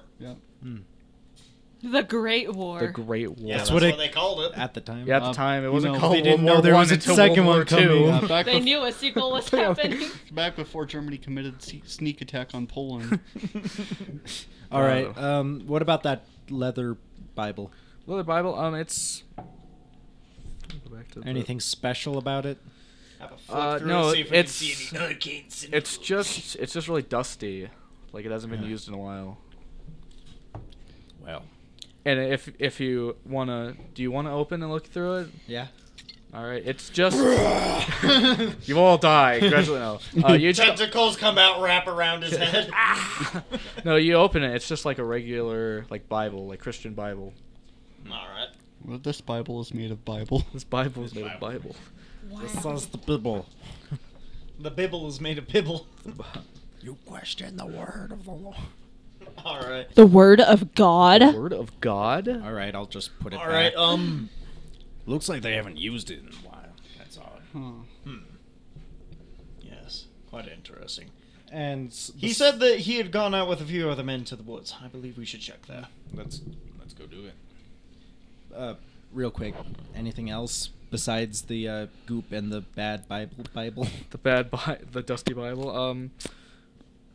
S1: The Great War.
S2: The Great War.
S4: Yeah, that's,
S3: what
S4: what,
S3: it-
S4: they called it.
S3: at the time.
S2: Yeah, at the
S5: Uh,
S2: time it
S5: you
S2: wasn't
S5: know,
S2: called
S5: they
S2: World
S5: didn't
S2: War
S3: know there
S2: One
S3: was a
S2: until
S3: second
S2: World
S3: one
S2: War
S3: coming
S2: Two.
S5: uh, back,
S1: They
S5: bef-
S1: knew a sequel was happening.
S5: back before Germany committed se- sneak attack on Poland.
S3: All right. Um, what about that leather Bible?
S2: Leather Bible. Um, it's. Go back to the-
S3: Anything special about it?
S4: Have a flip
S2: Uh,
S4: through
S2: no,
S4: and see if we can
S2: it's-
S4: see any arcane symbols.
S2: It's just it's just really dusty, like it hasn't been used in a while.
S7: well,
S2: And if if you wanna, do you wanna open and look through it?
S3: Yeah.
S2: All right, it's just you all die. Congratulations. No. Uh, you just,
S4: Tentacles come out, wrap around his head.
S2: no, you open it. It's just like a regular like Bible, like Christian Bible.
S4: All right.
S5: well, this Bible is made of Bible.
S2: This Bible is made of Bible.
S6: Wow.
S3: the Bible.
S4: The Bible is made of Bibble.
S7: you question the word of the Lord.
S4: All right.
S1: The Word of God.
S2: Word of God.
S3: All right. I'll just put it.
S4: All right.
S3: back.
S4: Um.
S7: Looks like they haven't used it in a while. That's all.
S3: Hmm.
S4: hmm. Yes. Quite interesting.
S3: And s-
S4: He said that he had gone out with a few other men to the woods. I believe we should check there.
S7: Let's let's go do it.
S3: uh, real quick. Anything else besides the uh, goop and the bad Bible? Bible.
S2: the bad bi- the dusty bible um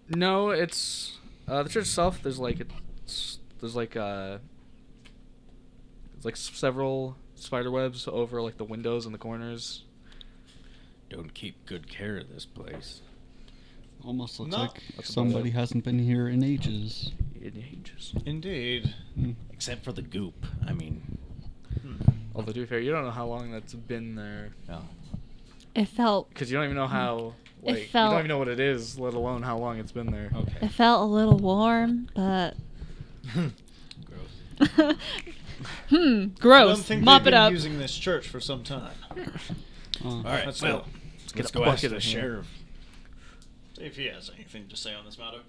S2: no it's uh the church itself there's like it's there's like uh there's like s- several spider webs over like the windows and the corners
S7: Don't keep good care of this place.
S5: Almost looks
S4: No.
S5: like
S2: That's
S5: somebody
S2: about
S5: hasn't been here in ages. Hmm.
S2: in ages
S4: Indeed.
S7: Except for the goop. I mean,
S4: Hmm.
S2: although to be fair you don't know how long that's been there
S7: no.
S1: It felt.
S2: because you don't even know how
S1: It
S2: like you
S1: felt-
S2: don't even know what it is let alone how long it's been there
S1: It felt a little warm, but.
S7: Gross.
S1: hmm.
S4: I don't
S1: Gross.
S4: think
S1: Mop
S4: they've
S1: it
S4: been
S1: up.
S4: using this church for some time.
S5: Uh,
S7: All right.
S4: Let's
S7: Hmm. well,
S4: go.
S7: let's
S2: get
S7: get
S2: a
S7: go
S2: bucket
S7: after
S2: in
S7: the
S2: here.
S7: sheriff.
S4: If he has anything to say on this matter.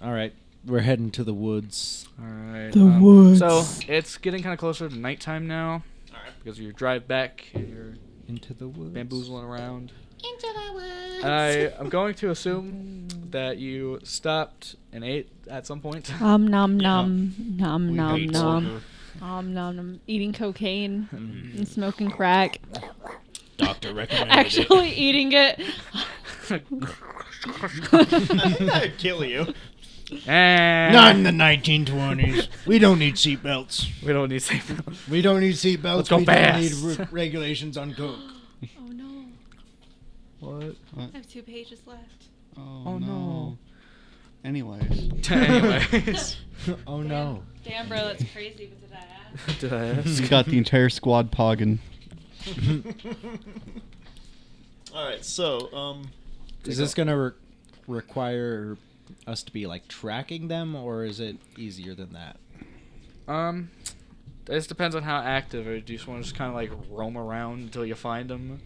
S3: All right. we're heading to the woods.
S2: All right.
S9: The
S2: um,
S9: woods.
S2: So it's getting kind of closer to nighttime now because of your drive back and your
S3: Into the woods.
S2: bamboozling around.
S6: Into the woods.
S2: I am going to assume that you stopped and ate at some point.
S9: Um nom nom nom nom
S2: ate
S9: nom nom nom nom.
S1: Eating cocaine and smoking crack.
S7: Doctor recommended
S1: Actually eating it.
S4: I think that'd kill you.
S2: and
S7: Not in the 1920s. We don't need seatbelts.
S2: We don't need safe.
S7: We don't need seatbelts.
S2: Let's go
S7: we
S2: fast.
S7: don't need re- regulations on coke.
S1: Oh no.
S2: What?
S1: I have two pages left.
S5: Oh,
S2: Oh,
S5: no.
S2: no.
S5: Anyways,
S2: Anyways,
S7: oh
S1: Damn, bro, that's crazy. But did I ask?
S2: did I ask?
S5: you got the entire squad pogging.
S4: All right, so um,
S3: Is this gonna re- require us to be like tracking them, or is it easier than that?
S2: Um, this depends on how active. Or do you just want to just kind of like roam around until you find them?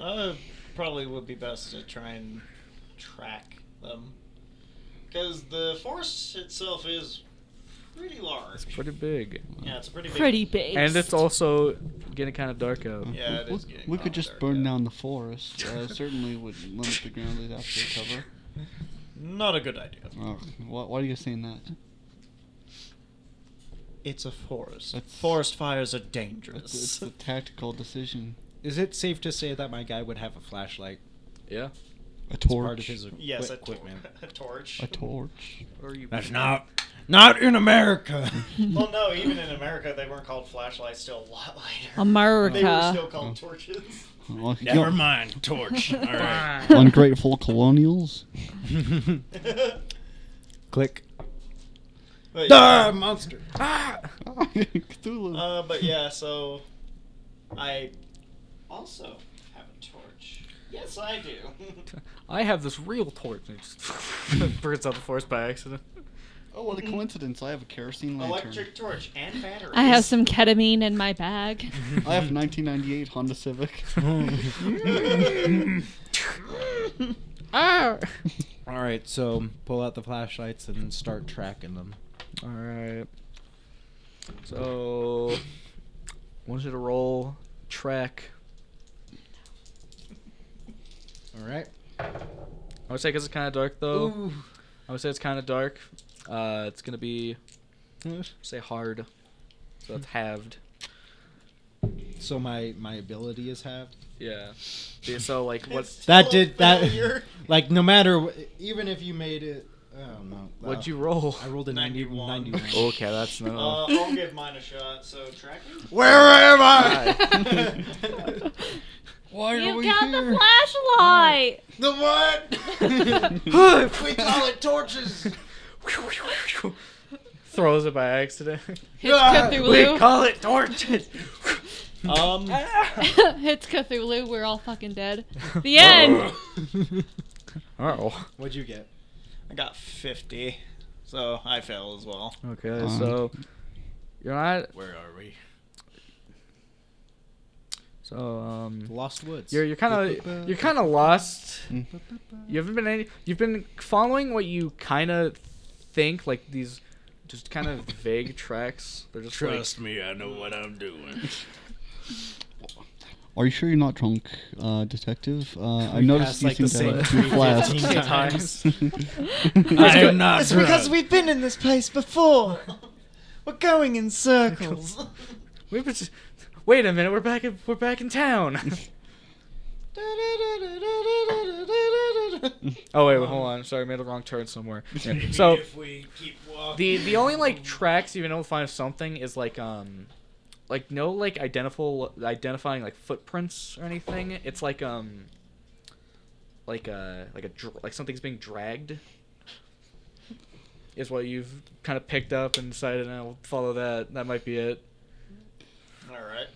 S4: uh, probably would be best to try and track them because the forest itself is pretty large.
S2: Pretty big,
S4: yeah, it's a pretty big.
S1: Pretty big.
S2: and it's also getting kind of dark out.
S4: Yeah, it
S5: we,
S4: is getting
S5: we could
S4: wild
S5: just
S4: there,
S5: burn
S4: yeah.
S5: down the forest. Uh, certainly would limit the ground lead after cover.
S4: Not a good idea.
S5: Oh, why, why are you saying that?
S4: It's a forest.
S5: That's-
S4: forest fires are
S5: It's, it's
S4: dangerous.
S5: a tactical decision.
S3: Is it safe to say that my guy would have a flashlight?
S2: Yeah.
S5: A
S3: It's part of
S5: torch.
S3: his
S4: yes, a, tor-
S3: equi- equipment.
S4: a torch.
S5: A torch.
S2: Or you.
S7: That's not not in America.
S4: well, no, even in America, they weren't called flashlights till a lot later. They were still
S1: America.
S4: called
S5: Oh.
S4: torches.
S5: Oh, you know,
S7: Never mind, torch. All right.
S5: Ungrateful colonials.
S3: Click.
S4: but,
S7: Duh,
S4: yeah,
S7: monster.
S2: Ah.
S5: Cthulhu.
S4: uh, but yeah, so I also have a torch. Yes, I do.
S2: I have this real torch. and it just burns out the forest by accident.
S5: oh, what a coincidence! I have a kerosene lantern.
S4: Electric torch and batteries.
S1: I have some ketamine in my bag.
S5: I have a 1998 Honda Civic.
S2: Ah.
S3: All right, so pull out the flashlights and start tracking them.
S2: All right. So, I want you to roll track.
S3: All right.
S2: I would say because it's kind of dark though. I would say it's kind of dark. Uh, it's gonna be say hard, so it's halved.
S3: So my my ability is halved.
S2: Yeah. Yeah, So like what?
S4: It's
S3: That
S4: still a
S3: did- that-
S4: failure.
S3: Like no matter, wh- even if you made it, I don't know.
S2: What'd
S3: Uh,
S2: you roll?
S3: I rolled a 91.
S4: 91.
S3: 91.
S2: Okay, that's no.
S4: Uh, I'll give mine a shot. So
S3: Oh.
S4: tracking. Um,
S3: Why
S1: you got the flashlight.
S3: The what? we call it torches.
S2: Throws it by accident.
S1: Hits Cthulhu.
S2: call it torches.
S4: Um,
S8: Ah.
S1: Hits Cthulhu. We're all fucking dead. The end.
S2: Oh.
S3: What'd you get?
S4: I got 50, so I fail as well.
S2: Okay,
S5: Um,
S2: so you're not.
S7: Where are we?
S2: So um,
S3: Lost Woods.
S2: you're you're kind of you're kind of lost.
S5: Mm.
S2: You haven't been any. You've been following what you kind of think like these, just kind of vague tracks. They're just like,
S7: Trust me, I know what I'm doing.
S5: Are you sure you're not drunk, uh, detective? Uh, I noticed
S3: passed,
S5: you
S3: like,
S5: seem
S3: the
S5: to have
S3: same
S5: two
S3: three
S5: flasks.
S3: fifteen
S2: times.
S7: I am
S2: Ah,
S7: not
S8: It's because
S7: drunk.
S8: we've been in this place before. We're going in circles.
S2: We've been just, wait a minute, we're back in we're back in town. oh wait, wait, hold on. Sorry, I made a wrong turn somewhere. Yeah. So
S7: Um, we keep walking.
S2: the the only like tracks you've been able to find of something is like um like no like identifiable identifying like footprints or anything. It's like um like a like a dr- like something's being dragged is what you've kind of picked up and decided I'll follow that. That might be it.
S4: All right.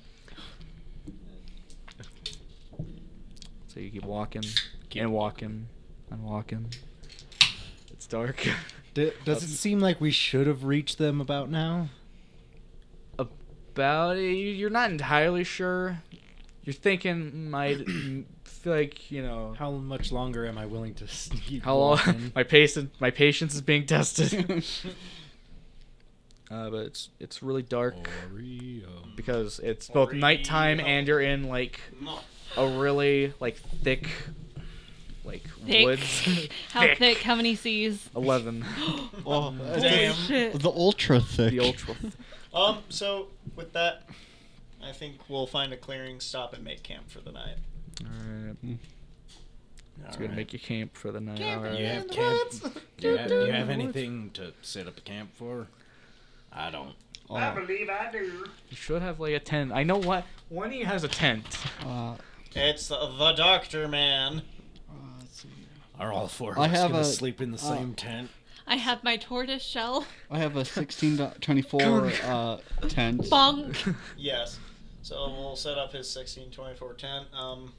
S2: So you keep walking and walking and walking. It's dark.
S3: D- does it seem like we should have reached them about now?
S2: About you- you're not entirely sure. You're thinking might like you know
S3: How much longer am I willing to s- keep
S2: how long
S3: walking?
S2: my patience my patience is being tested. uh, but it's it's really dark
S3: Oreo.
S2: because it's both nighttime and you're in like a really like thick like
S1: Thick.
S2: woods.
S1: How thick. How many C's?
S2: Eleven. Oh,
S4: Damn.
S1: Shit.
S5: The ultra thick.
S2: the ultra.
S4: Um. So with that, I think we'll find a clearing, stop, and make camp for the night.
S2: Alright. It's gonna
S3: Alright.
S2: make you camp for the night. Alright.
S3: You have camp. You have, you have anything to set up a camp for? I don't.
S5: Oh,
S2: You should have like a tent. I know what one of you has a tent.
S5: Uh,
S4: It's the, the doctor man.
S3: Are all four of
S5: I
S3: us
S5: have
S3: gonna
S5: a-
S3: sleep in the
S5: uh,
S3: same tent?
S1: I have my tortoise shell.
S5: I have a 16 to 24 uh, tent.
S1: Bonk.
S4: Yes. So we'll set up his 16, 24 tent. Um,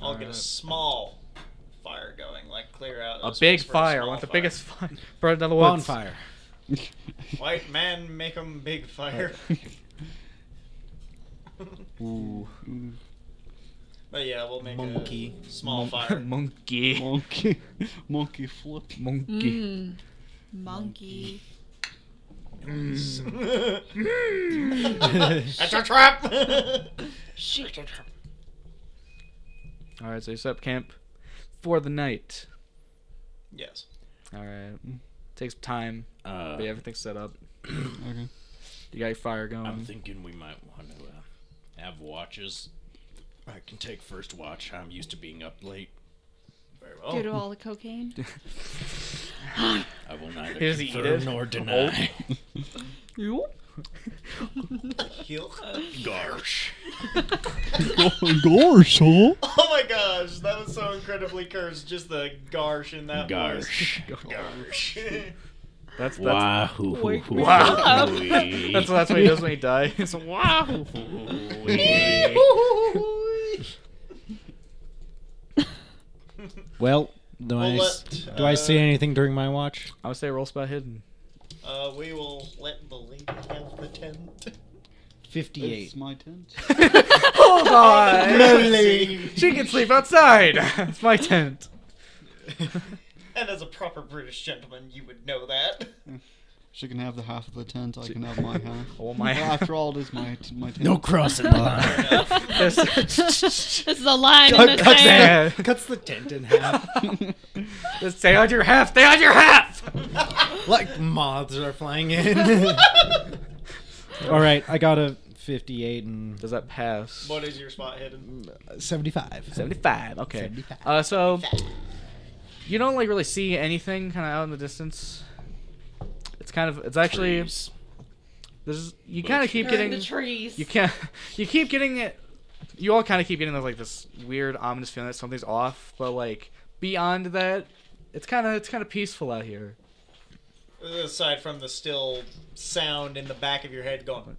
S4: I'll get a
S2: Alright.
S4: small fire going, like clear out
S2: A
S4: space
S2: big
S4: for a
S2: fire. I
S4: small
S2: want the
S4: fire.
S2: biggest fire. Burn it down the woods.
S3: Bonfire.
S4: White man, make 'em big fire.
S2: Ooh.
S4: but yeah, we'll make
S3: Monkey.
S4: a small fire.
S2: Monkey.
S5: Monkey, monkey flip.
S1: Mm.
S2: Monkey.
S1: Monkey.
S2: mm.
S4: That's a trap.
S2: All right, so you set up camp for the night.
S4: yes.
S2: All right. Takes time.
S3: Uh,
S2: but yeah, everything's set up.
S5: Okay.
S2: You got your fire going.
S3: I'm thinking we might want to uh, have watches. I can take first watch. I'm used to being up late.
S4: Very
S1: Due
S4: well.
S1: to all the cocaine.
S3: I will neither
S2: Here's the
S3: confirm
S2: Edith.
S3: nor deny.
S4: Heel.
S3: Gosh.
S5: Gosh, huh?
S4: Oh my gosh, that was so incredibly cursed. Just the garsh in that voice.
S3: Gosh.
S4: Garsh.
S2: that's that's
S3: Wahoo.
S1: Wake me
S2: Wow.
S1: up.
S2: that's that's what he does when he dies. It's wow.
S3: Well, do,
S4: We'll
S3: I, s-
S4: let,
S3: do I see
S4: uh,
S3: anything during my watch?
S2: I would say roll spot hidden.
S4: uh, we will let the lady have the tent.
S10: 58.
S5: It's my tent.
S2: Hold on.
S4: Really?
S2: She can sleep outside. it's my tent.
S4: And as a proper British gentleman, you would know that.
S5: She can have the half of the tent. I can have my half.
S2: Oh my.
S5: Well, after all, it is my t- my tent.
S3: No crossing the line.
S1: this is a line in the sand.
S2: Yeah.
S3: Cuts the tent in half.
S2: Just stay on your half. Stay on your half.
S3: like moths are flying in. All right, I got a 58 and
S2: Does that pass?
S4: What is your spot hidden?
S3: 75.
S2: 75. Okay. Uh, so you don't like really see anything kind of out in the distance. It's kind of it's actually
S3: Trees.
S2: this is you kind of keep
S1: They're in
S2: getting
S1: the trees.
S2: you can you keep getting it you all kind of keep getting like this weird ominous feeling that something's off, but like beyond that it's kind of it's kind of peaceful out here.
S4: Mm. Aside from the still sound in the back of your head going,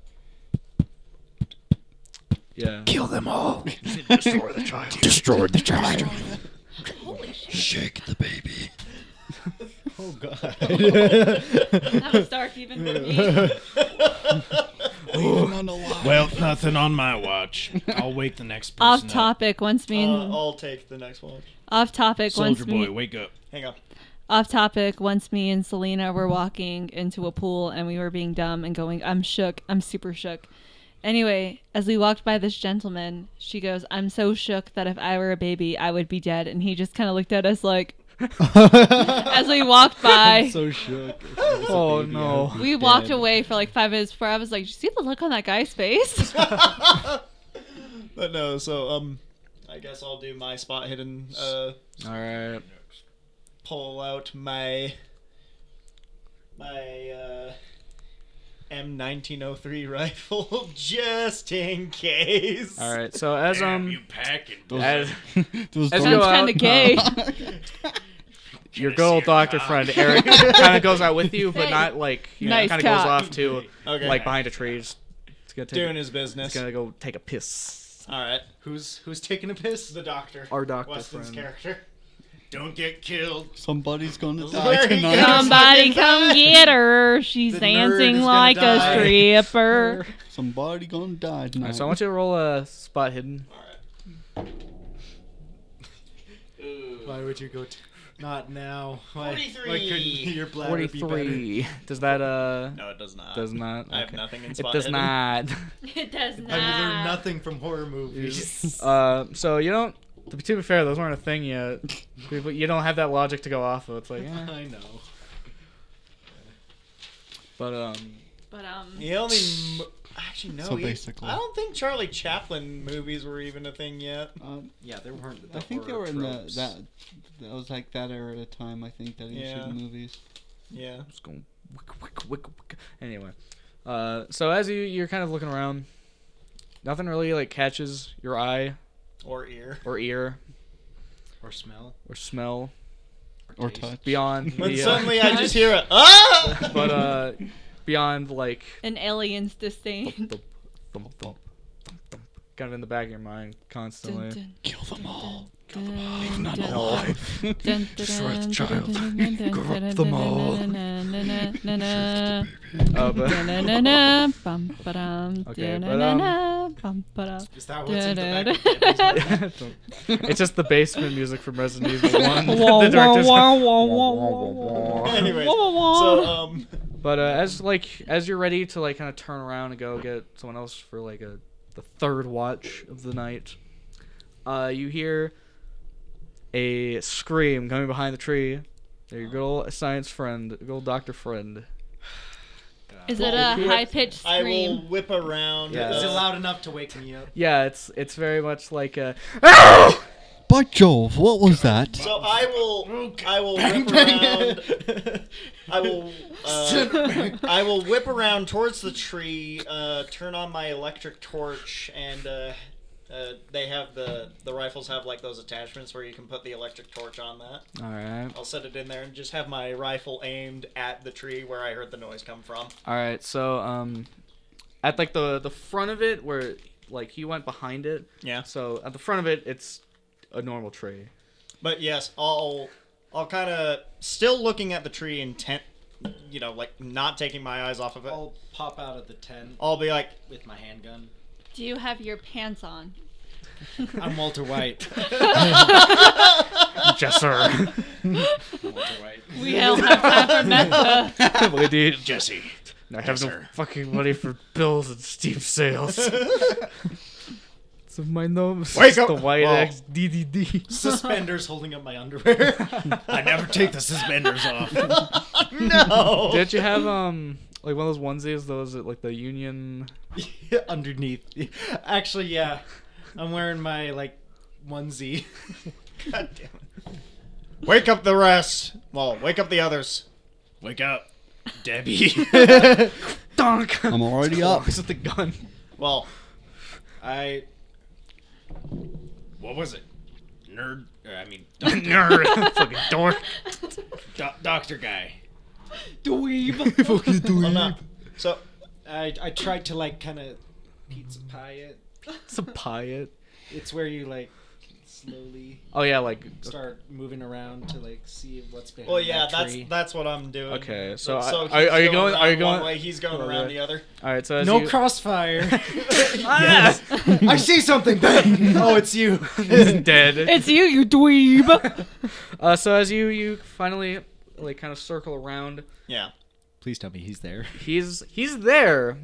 S2: Yeah.
S3: Kill them all. Destroy the child. Destroy the child.
S1: Holy shit.
S3: Shake the baby.
S10: Oh, God.
S1: That was dark even for me.
S4: Uh,
S3: Well, nothing on my watch. I'll wake the next person.
S1: Off
S3: up.
S1: topic once mean
S4: uh, I'll take the next one.
S1: off topic
S3: Soldier
S1: once me
S3: boy, wake up.
S4: Hang on.
S1: off topic once me and Selena were walking into a pool and we were being dumb and going I'm shook I'm super shook anyway as we walked by this gentleman she goes I'm so shook that if I were a baby I would be dead and he just kind of looked at us like as we walked by
S10: so shook.
S2: Oh no.
S1: we walked away for like five minutes before I was like "Did you see the look on that guy's face
S4: But no, so, um, I guess I'll do my spot hidden, uh,
S2: All right.
S4: pull out my my uh, M1903 rifle just in case.
S2: All right. So as
S3: Damn, you
S2: um
S3: packing.
S2: as
S5: Those
S2: As
S5: dark-
S2: you
S1: sounds
S2: out.
S1: kind of gay
S2: your good old doctor friend Eric kind of goes out with you, but
S1: Hey.
S2: not like you
S1: Nice
S2: kind of goes
S1: cock.
S2: off to
S4: Okay.
S2: like behind a tree. It's gonna take
S4: Doing
S2: a,
S4: his business.
S2: it's gonna go take a piss.
S4: All right. Who's who's taking a piss? The doctor.
S2: Our doctor
S4: Weston's
S2: friend.
S4: character.
S3: Don't get killed.
S5: Somebody's going to
S4: There
S5: die
S4: you
S5: tonight.
S4: go.
S1: Somebody come get her. She's
S3: The nerd is
S1: dancing
S3: gonna
S1: like a
S3: die.
S1: stripper.
S5: Somebody going to die
S2: All
S5: tonight.
S2: right, so I want you to roll a spot hidden.
S4: All right.
S8: Why would you go? T- not now. Why, Why couldn't
S4: 43.
S8: your bladder be
S2: Forty-three. Does that uh?
S4: No, it does not.
S2: Does not.
S4: I have
S2: Okay.
S4: nothing in
S2: It
S4: spot
S2: does
S4: hidden.
S2: not.
S1: It does
S8: better? I've learned
S1: not.
S8: nothing from horror movies.
S2: uh, so you don't. To be, to be fair, those weren't a thing yet. People, you don't have that logic to go off of. It's like, eh.
S8: I know.
S2: but um,
S1: But um,
S4: The only mo- actually no.
S5: So
S4: he-
S5: basically-
S4: I don't think Charlie Chaplin movies were even a thing yet.
S5: Um,
S8: Yeah, there weren't.
S5: I think they
S8: horror
S5: were in the,
S8: tropes.
S5: that. That was like that era at a time. I think that ancient
S4: Yeah.
S5: movies.
S4: Yeah.
S2: I'm just going wick, wick, wick, wick. Anyway, uh, so as you you're kind of looking around, nothing really like catches your eye
S4: Or ear.
S2: or ear
S7: Or smell.
S2: or smell
S5: Or touch.
S2: beyond.
S4: But
S2: the, uh,
S4: suddenly I just hear a ah.
S2: but uh, beyond like
S1: an alien's disdain.
S2: thump, thump, thump, thump, thump, kind of in the back of your mind constantly.
S5: Kill them all.
S1: Kill them all. Leave none
S5: alive.
S1: Destroy the child. Corrupt them all.
S2: Uh, but, Okay, but,
S8: Is that what's in the back? of the
S1: Da-da-da.
S2: it's just the basement music from Resident Evil One.
S1: Wah,
S2: The director's-
S1: wah, wah, wah, wah, wah, wah.
S4: Anyways,
S1: Wah, wah,
S4: so
S1: wah.
S4: um,
S2: But uh, as like as you're ready to like kind of turn around and go get someone else for like a the third watch of the night, uh, you hear a scream coming behind the tree. Your good old science friend, good old doctor friend.
S1: Is it a high pitched
S4: I will
S1: scream?
S4: whip around.
S2: Yeah.
S4: uh,
S8: Is it loud enough to wake me up?
S2: Yeah, it's it's very much like a.
S5: By Jove, what was that?
S4: So I will, I will whip around. I will, uh, I will whip around towards the tree, uh, turn on my electric torch, and uh, uh, they have the the rifles have like those attachments where you can put the electric torch on that.
S2: All right.
S4: I'll set it in there and just have my rifle aimed at the tree where I heard the noise come from.
S2: All right, so um, at like the the front of it where like he went behind it.
S4: Yeah.
S2: So at the front of it, it's a normal tree.
S4: But yes, I'll I'll kind of still looking at the tree intent, you know, like not taking my eyes off of it. I'll,
S8: I'll pop out of the tent
S4: be like,
S8: with my handgun.
S1: Do you have your pants on?
S8: I'm Walter White.
S2: Yes, sir.
S8: Walter White.
S1: We don't have time for meth.
S7: Jesse.
S2: I have no fucking money for bills and steam sales. so my name is
S4: Wake up!
S2: the White
S4: Well-
S2: Axe DDD.
S8: Suspenders holding up my underwear.
S7: I never take the suspenders off.
S4: no.
S2: Did you have um like one of those onesies? Those at like the union.
S8: underneath. Actually, yeah, I'm wearing my like onesie.
S4: God damn it. Wake up the rest. Well, wake up the others.
S7: Wake up, Debbie.
S2: Donk.
S5: I'm already up.
S2: Is it the gun?
S4: Well,
S8: I
S7: what was it? Nerd. Or, I mean,
S2: Nerd. Fucking dork.
S7: do- doctor guy.
S2: Fucking
S4: well no. So
S8: Oh, I I tried to like kind of pizza pie it.
S2: It's a piet.
S8: It's where you like slowly
S2: Oh yeah, like
S8: start moving around to like see what's behind.
S4: well, yeah,
S8: that
S4: that's
S8: tree.
S4: that's what I'm doing.
S2: Okay, so I-
S4: so
S2: are-
S4: he's
S2: are you going-
S4: going?
S2: are you
S4: around one
S2: going-
S4: way, he's going
S2: Oh,
S4: around
S2: right.
S4: the other.
S2: all right. So as
S8: no
S2: you-
S8: crossfire.
S2: Ah!
S8: I see something. Bang! Oh, it's you.
S2: He's dead.
S1: It's you, you dweeb. Oh.
S2: Uh, so as you you finally like kind of circle around,
S4: Yeah.
S3: Please tell me he's there.
S2: he's he's there,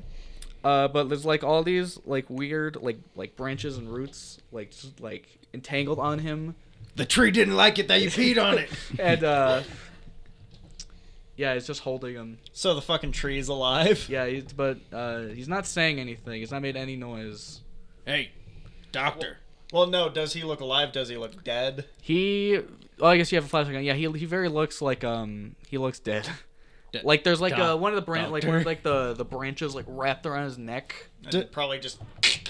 S2: uh, but there's like all these like weird like like branches and roots like just, like entangled on him,
S7: The tree didn't like it that you peed on it.
S2: and uh, yeah, it's just holding him.
S4: So the fucking tree's alive.
S2: Yeah, he's, but uh, he's not saying anything. He's not made any noise.
S7: Hey, doctor.
S4: Well, no. Does he look alive? Does he look dead?
S2: He, oh, I guess you have a flashlight. on. Yeah, he he very looks like um he looks dead.
S7: D-
S2: Like there's like
S7: doc-
S2: uh, one of the branch like one of,
S7: doctor?
S2: like the the branches like wrapped around his neck.
S4: And probably just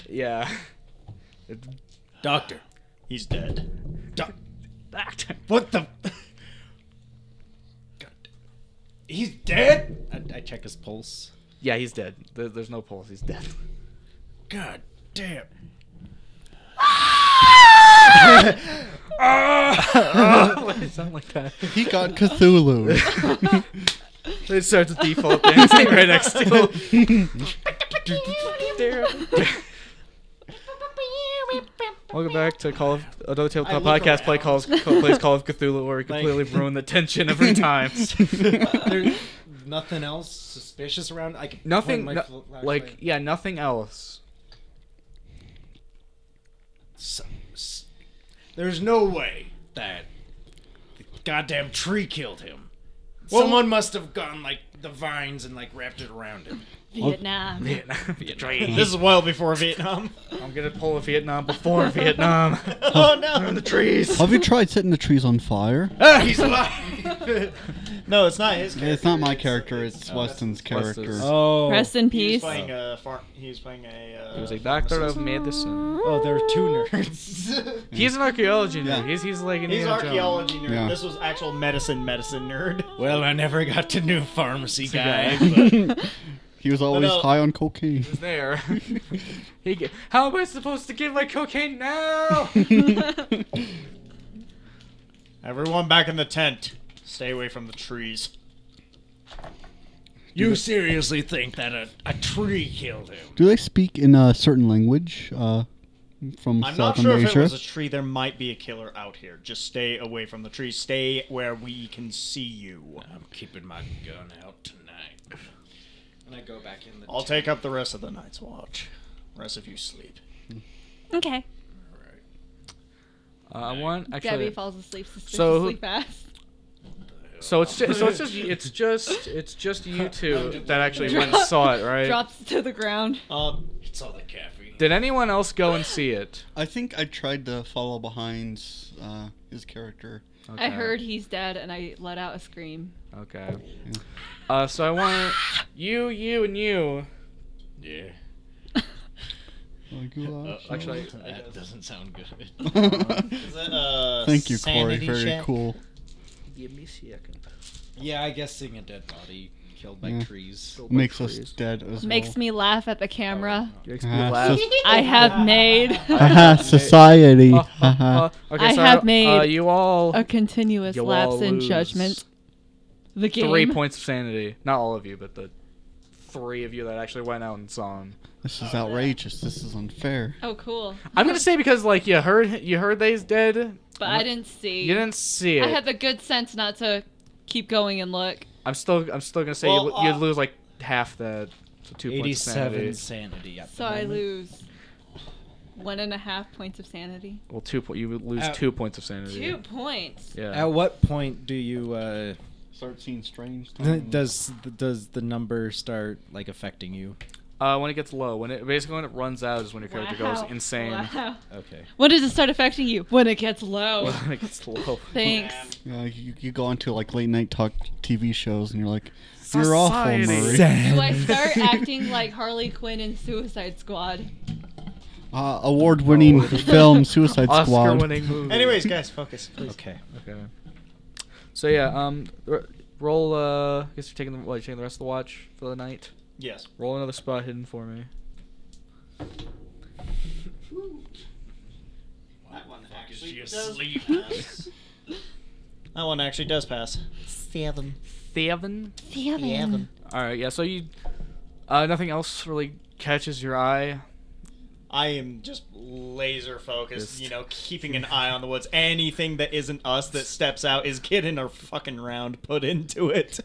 S2: Yeah.
S7: Doctor.
S4: he's dead.
S7: Doc- what the? God. He's dead.
S3: I, I check his pulse.
S2: yeah, he's dead. There, there's no pulse. He's dead.
S7: God damn.
S2: Why does it sound like that?
S5: He got Cthulhu.
S2: It starts with default thing sitting right next to him. Welcome back to Call of Another
S4: I
S2: Tabletop
S4: look
S2: Podcast. Play
S4: around.
S2: calls, call, plays Call of Cthulhu, where we
S3: Like-
S2: completely ruin the tension every time.
S3: There's nothing else suspicious around. I can
S2: nothing,
S3: point
S2: no-
S3: my fl-
S2: like
S3: flashlight.
S2: yeah, nothing else.
S3: S- s- there's no way that the goddamn tree killed him. Someone must have gone like the vines and like wrapped it around him.
S1: Vietnam.
S4: This is well before Vietnam.
S2: I'm gonna pull a Vietnam before Vietnam.
S4: oh no!
S2: the trees.
S5: Have you tried setting the trees on fire?
S3: Ah, he's alive.
S4: No, it's not his character.
S5: It's not my character. It's Weston's character.
S2: Weston's.
S3: oh,
S1: Rest in
S4: He was
S1: peace.
S4: playing a far- he was playing a. Uh,
S2: He was a doctor of medicine.
S3: oh, they're two nerds.
S4: pharmacist.
S2: He's an archaeology nerd.
S5: Yeah.
S2: He's he's like an
S4: He's an archaeology nerd.
S5: Yeah.
S4: This was actual medicine medicine nerd.
S3: Well, I never got to new pharmacy guy.
S5: he was always
S4: no.
S5: high on cocaine.
S2: There. he ge- How am I supposed to get my cocaine now? Uh,
S4: Everyone back in the tent. Stay away from the trees.
S3: You seriously think that a, a tree killed him?
S5: Do they speak in a certain language uh, from
S4: I'm
S5: South
S4: not sure if
S5: America?
S4: it was a tree. There might be a killer out here. Just stay away from the trees. Stay where we can see you.
S3: I'm keeping my gun out tonight. And I go back in the.
S4: I'll take up the rest of the night's watch. Rest of you sleep.
S9: Okay.
S2: Uh, I want
S1: Gabby
S2: actually.
S1: falls asleep suspiciously
S2: So-
S1: fast.
S2: So it's just so it's just it's just it's just you two that actually went and saw it, right?
S1: Drops to the ground.
S4: Uh,
S3: It's all the caffeine.
S2: Did anyone else go and see it?
S5: I think I tried to follow behind uh, his character.
S1: I heard he's dead, and I let out a scream.
S2: Okay. Uh, so I want you, you, and you.
S3: Yeah.
S5: Oh,
S4: Uh,
S5: gosh.
S2: uh, Actually,
S3: That doesn't sound good.
S4: is it, uh,
S5: Thank you, Corey.
S4: sanity
S5: Very
S4: check?
S5: cool.
S2: give me a second.
S3: yeah, I guess seeing a dead body killed by
S5: Yeah.
S3: trees.
S5: Makes us dead as
S1: Makes me laugh at the camera
S2: Uh,
S5: Ah, so-
S1: I have made
S5: Haha, society.
S2: Uh, uh,
S5: Haha.
S2: uh, okay,
S1: I
S2: so
S1: have
S2: Uh,
S1: made
S2: you all.
S1: a continuous
S2: you all
S1: lapse in
S2: lose
S1: judgment. The game.
S2: Three points of sanity. Not all of you, but the three of you that actually went out and saw him.
S5: This is outrageous. This is unfair.
S1: Oh, cool.
S2: I'm gonna say because like you heard you heard that he's dead.
S1: But I didn't see.
S2: You didn't see it.
S1: I had the good sense not to keep going and look.
S2: I'm still I'm still gonna say you,
S4: Well,
S2: lo- you
S4: uh,
S2: lose like half that. So two points of sanity.
S3: Eighty-seven sanity. at the
S1: So I
S3: moment.
S1: lose one and a half points of sanity.
S2: Well, two point. You lose
S3: Uh,
S2: two points of sanity.
S1: Two points.
S2: Yeah.
S3: At what point do you? uh
S5: Start seeing strange.
S3: Does does the number start like affecting you?
S2: Uh, when it gets low, when it basically when it runs out is when your character
S1: Wow.
S2: goes insane.
S1: Wow.
S3: Okay.
S1: When does it start affecting you? When it gets low.
S2: when it gets low.
S1: Thanks.
S5: Yeah, you, you go onto like late night talk TV shows and you're like, you're awful,
S2: Society.
S5: Murray.
S1: Do I start acting like Harley Quinn in Suicide Squad?
S5: Uh, award-winning film Suicide Squad.
S2: Oscar-winning movie.
S4: Anyways, guys, focus, please.
S3: Okay.
S2: Okay. So yeah, um, r- roll. Uh, I guess you're taking the well, you're taking the rest of the watch for the night.
S4: Yes.
S2: Roll another spot hidden for me.
S4: That one actually does pass. that one actually does pass.
S6: Seven.
S2: Seven.
S6: Seven.
S2: All right. Yeah. So you, uh, nothing else really catches your eye.
S4: I am just laser focused,
S2: Just-
S4: you know, keeping an eye on the woods. Anything that isn't us that steps out is getting our fucking round put into it.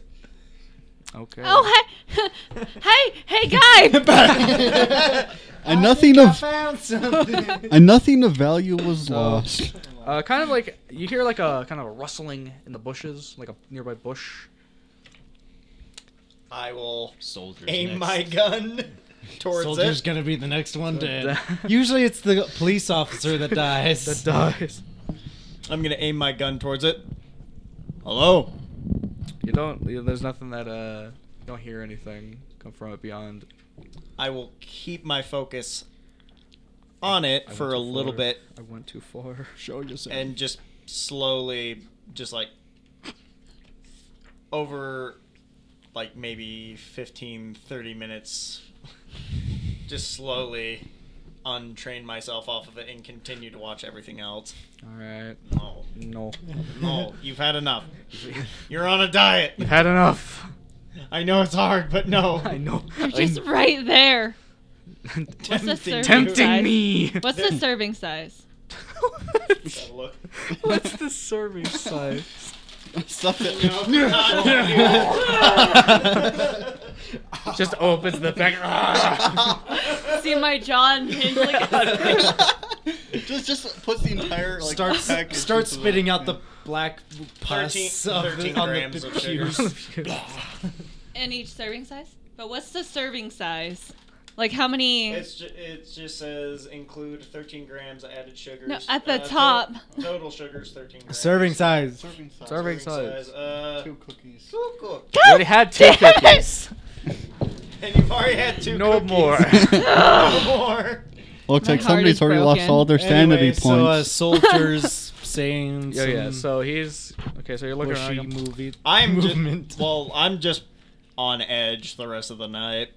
S2: Okay.
S1: Oh, hey, hey, hey, guy!
S5: And nothing of
S3: Found something.
S5: and nothing of value was
S2: So-
S5: lost.
S2: Uh, kind of like you hear like a kind of a rustling in the bushes, like a nearby bush.
S4: I will
S3: Soldiers.
S4: aim
S3: next.
S4: my gun towards
S3: Soldier's
S4: it.
S3: gonna be the next one dead.
S2: That-
S3: Usually it's the police officer that
S2: that
S3: dies.
S2: dies.
S4: I'm gonna aim my gun towards it. Hello.
S2: You don't. You, there's nothing that uh. You don't hear anything come from it beyond.
S4: I will keep my focus on it
S2: I
S4: for
S2: went
S4: a
S2: too
S4: little
S2: far.
S4: bit
S2: I went too far.
S3: Show yourself.
S4: and just slowly just like over like maybe 15 30 minutes just slowly untrain myself off of it and continue to watch everything else
S2: All right.
S4: no
S2: No.
S4: no you've had enough you're on a diet
S2: You've had enough.
S4: i know it's hard but no
S2: I know.
S1: They're just
S2: I'm
S1: right there.
S4: Tempting
S1: serving
S4: you.
S2: tempting
S1: guys.
S2: me.
S1: What's the serving size?
S2: What?
S4: Look.
S2: What's the serving size?
S5: Stuff it.
S2: Just opens the pack.
S1: See my jaw unhinge like
S5: just just puts the entire like
S3: Starts
S5: package
S3: start
S5: into the-
S3: spitting out
S5: yeah.
S3: the black pus
S4: 13
S3: of the-
S4: 13
S3: on the
S4: grams of sugar.
S3: computers.
S1: And each serving size? But what's the serving size? Like how many?
S4: It's ju- it just says include 13 grams of added sugars. Uh,
S1: No, at the
S4: to-
S1: top.
S4: Total sugars 13 grams.
S3: Serving size.
S5: serving size.
S2: Serving size.
S4: size. Uh,
S5: Two cookies.
S4: two cook.
S2: You already had two cookies.
S4: And you've already had two
S2: No
S4: cookies.
S2: more.
S4: no more.
S5: Looks
S1: My
S5: like
S1: heart
S5: somebody's
S1: is
S5: already lost
S1: broken.
S5: all their sanity
S3: Anyway,
S5: points.
S3: So uh, soldiers saying
S2: Yeah, yeah.
S3: some
S2: So he's okay. So you're looking
S3: bushy
S2: around.
S3: movie
S4: I'm
S3: movement.
S4: Just, well, I'm just on edge the rest of the night.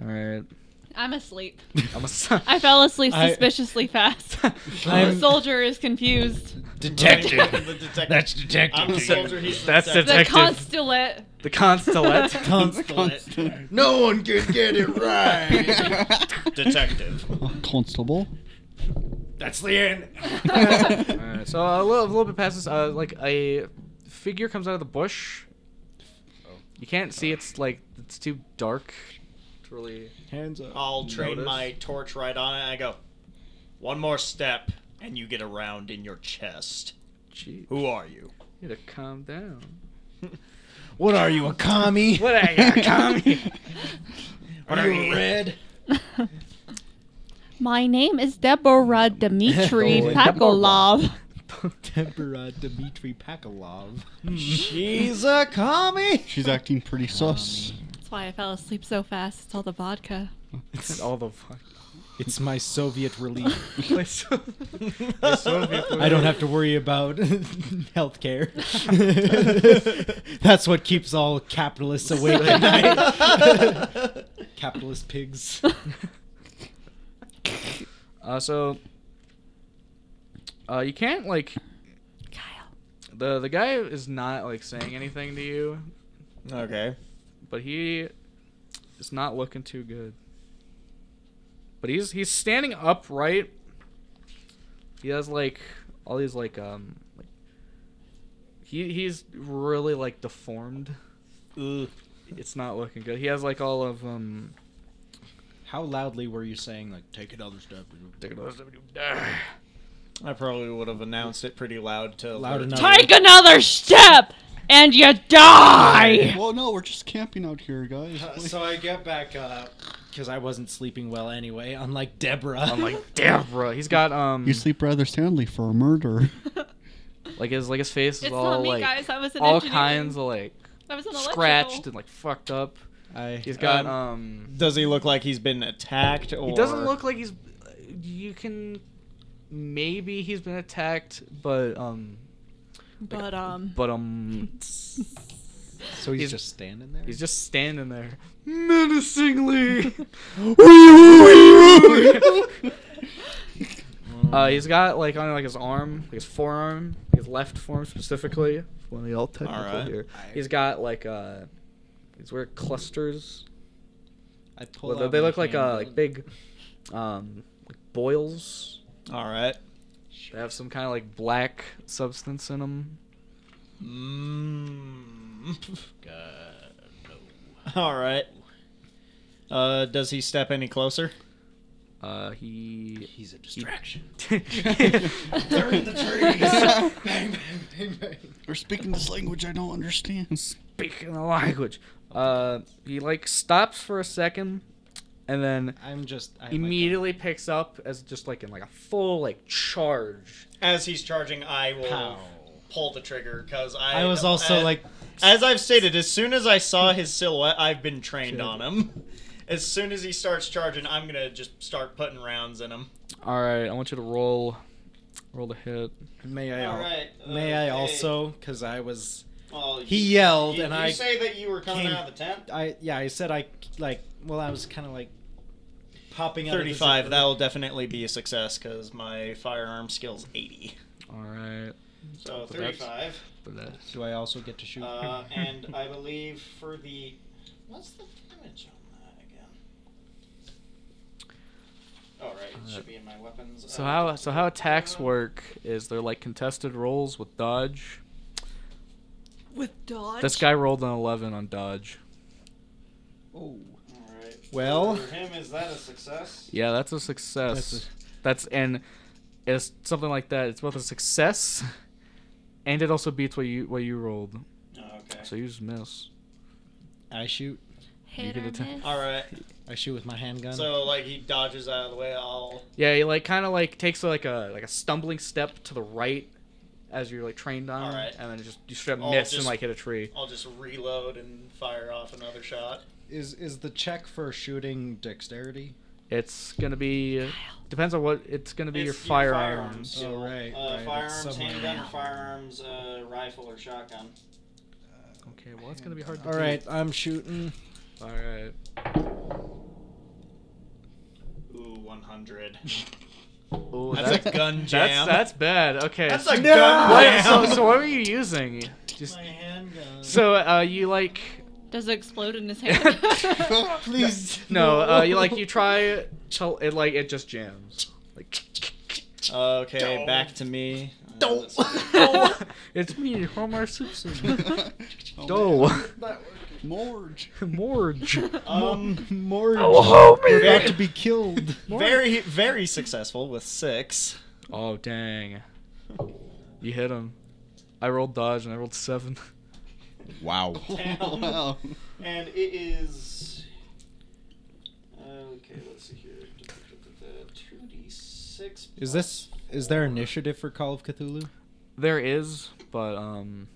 S2: All right.
S1: I'm asleep.
S2: I'm a.
S1: I fell asleep
S3: I-
S1: suspiciously fast. the
S3: I'm-
S1: soldier is confused.
S4: Detective. the detective.
S7: That's detective.
S4: I'm the soldier. He's the
S2: That's
S4: detective.
S1: The
S2: Detective.
S1: constellate.
S2: the constellate.
S5: Constable.
S7: No one could get it right.
S4: detective.
S5: Constable.
S7: That's the end.
S2: All right. So a little, a little bit past this, uh, like a figure comes out of the bush. You can't see. It's like it's too dark. It's really.
S3: Hands up.
S4: I'll train
S2: Notice.
S4: my torch right on it. And I go, one more step, and you get a round in your chest.
S2: Gee,
S4: Who are you?
S2: you need to calm down.
S7: What are you, a commie?
S2: What are you, commie?
S7: Are you red?
S9: My name is Deborah Dmitri
S3: Deborah.
S9: Pakolov.
S3: Tempera Dmitri Pakalov.
S7: She's a commie.
S5: She's acting pretty sus.
S1: That's why I fell asleep so fast. It's all the vodka.
S2: It's all the fun.
S3: It's my Soviet relief.
S2: I
S3: I don't have to worry about health care. That's what keeps all capitalists awake at night. Capitalist pigs.
S2: Uh, so, uh, you can't like. The the guy is not like saying anything to you,
S4: Okay.
S2: but he is not looking too good. But he's he's standing upright. He has like all these like um like he he's really like deformed.
S4: Ugh.
S2: It's not looking good. He has like all of um
S3: How loudly were you saying, like, take another step?
S4: I probably would have announced it pretty loud to
S3: Loud enough.
S1: Take another step and you die.
S5: Well, no, we're just camping out here, guys.
S3: Uh, so I get back up because I wasn't sleeping well anyway, unlike Deborah.
S2: I'm like Deborah. He's got um
S5: you sleep rather soundly for a murder.
S2: like his like his face is
S1: It's
S2: all
S1: not me,
S2: like
S1: guys. I was an
S2: all
S1: engineer.
S2: kinds of like
S1: I was an
S2: scratched
S1: electrical.
S2: and like fucked up.
S3: I,
S2: He's got
S4: Um,
S2: um.
S4: Does he look like he's been attacked? Or
S2: He doesn't look like he's. You can. Maybe he's been attacked, but um,
S1: But um,
S2: but um,
S3: so he's,
S2: he's-
S3: just standing there.
S2: he's just standing there menacingly. uh, he's got like on like his arm, like his forearm, his left forearm specifically. One of the all technical
S4: Alright.
S2: here. He's got like uh, these weird clusters.
S3: I pull
S2: Well, they-
S3: out
S2: they
S3: my
S2: look like uh,
S3: hand.
S2: like big, um, like boils.
S4: All right.
S2: They have some kind of like black substance in them.
S4: Mm. All right. Uh, does he step any closer?
S2: Uh, he.
S3: He's a distraction.
S7: They're in the trees. bang, bang, bang,
S5: we're speaking this language I don't understand.
S2: Speaking the language. Uh, he like stops for a second, and then
S3: I'm just I'm like,
S2: immediately picks up as just like in like a full like charge.
S4: As he's charging, I will
S3: Pow.
S4: pull the trigger because I.
S3: I was also
S4: uh,
S3: like,
S4: as I've stated, as soon as I saw his silhouette, I've been trained on him. As soon as he starts charging, I'm gonna just start putting rounds in him.
S2: All right, I want you to roll, roll the hit.
S3: may I, uh, al-
S4: right.
S3: may I also? Because I was,
S4: Well,
S3: he yelled, and I,
S4: say that you were coming
S3: came-
S4: out of the tent.
S3: I yeah, I said I like, well, I was kind of like popping out of the
S4: Thirty-five.
S3: zipper.
S4: That will definitely be a success because my firearm skill's eighty.
S2: All right,
S4: So
S2: But that's-
S4: thirty-five.
S2: but that's
S3: Do I also get to shoot?
S4: Uh, and I believe for the what's the damage on that again? Oh, right. It should be in my weapons.
S2: So
S4: Uh,
S2: how so how attacks work is they're like contested rolls with dodge.
S1: With dodge.
S2: This guy rolled an eleven on dodge.
S3: Oh.
S4: Alright.
S3: Well-
S4: For him, is that a success?
S2: Yeah, that's a success. That's, and it's something like that. It's both a success, and it also beats what you what you rolled.
S4: Oh, okay.
S2: So you just miss.
S3: I shoot.
S2: You
S9: Hit
S2: get
S9: or
S2: atta-
S9: miss.
S4: Alright.
S3: I shoot with my handgun.
S4: So, like, he dodges out of the way all.
S2: Yeah, he like kind of like takes like a like a stumbling step to the right as you're like trained on,
S4: Alright.
S2: and then just you straight
S4: I'll
S2: miss and
S4: Oh, just- oh.
S2: like hit a tree.
S4: I'll just reload and fire off another shot.
S3: is is the check for shooting dexterity?
S2: It's gonna be depends on what it's gonna be
S4: It's
S2: your
S4: your
S2: firearms.
S4: firearms.
S3: Oh right,
S4: Uh,
S3: right, it's
S4: firearms,
S3: somewhere
S4: handgun,
S3: around.
S4: firearms, uh, rifle, or shotgun.
S2: Okay, well it's gonna be hard. To
S3: All right, I'm shooting.
S2: All right.
S4: Ooh, 100.
S2: Ooh,
S4: That's a gun jam.
S2: That's, that's bad. Okay.
S4: That's a
S2: so-
S4: gun
S2: Wait, so,
S4: jam.
S2: so what were you using? Just
S4: My handgun.
S2: so uh, you like
S1: Does it explode in his hand?
S4: Please.
S2: no uh, you like you try to it like it just jams like
S4: Okay, back to me. Uh,
S2: don't
S4: let's see.
S2: it's me Homer Simpson
S5: Oh,
S2: do
S5: Morge.
S2: Morge
S4: Um,
S3: More.
S2: Oh,
S4: we're about to
S3: be killed.
S4: Very, very successful with six.
S2: oh dang you hit him I rolled dodge and I rolled seven
S3: Wow.
S5: wow.
S4: And it is. uh, Okay, let's see here. Two d six.
S3: Is this? Is there initiative for Call of Cthulhu?
S2: there is but um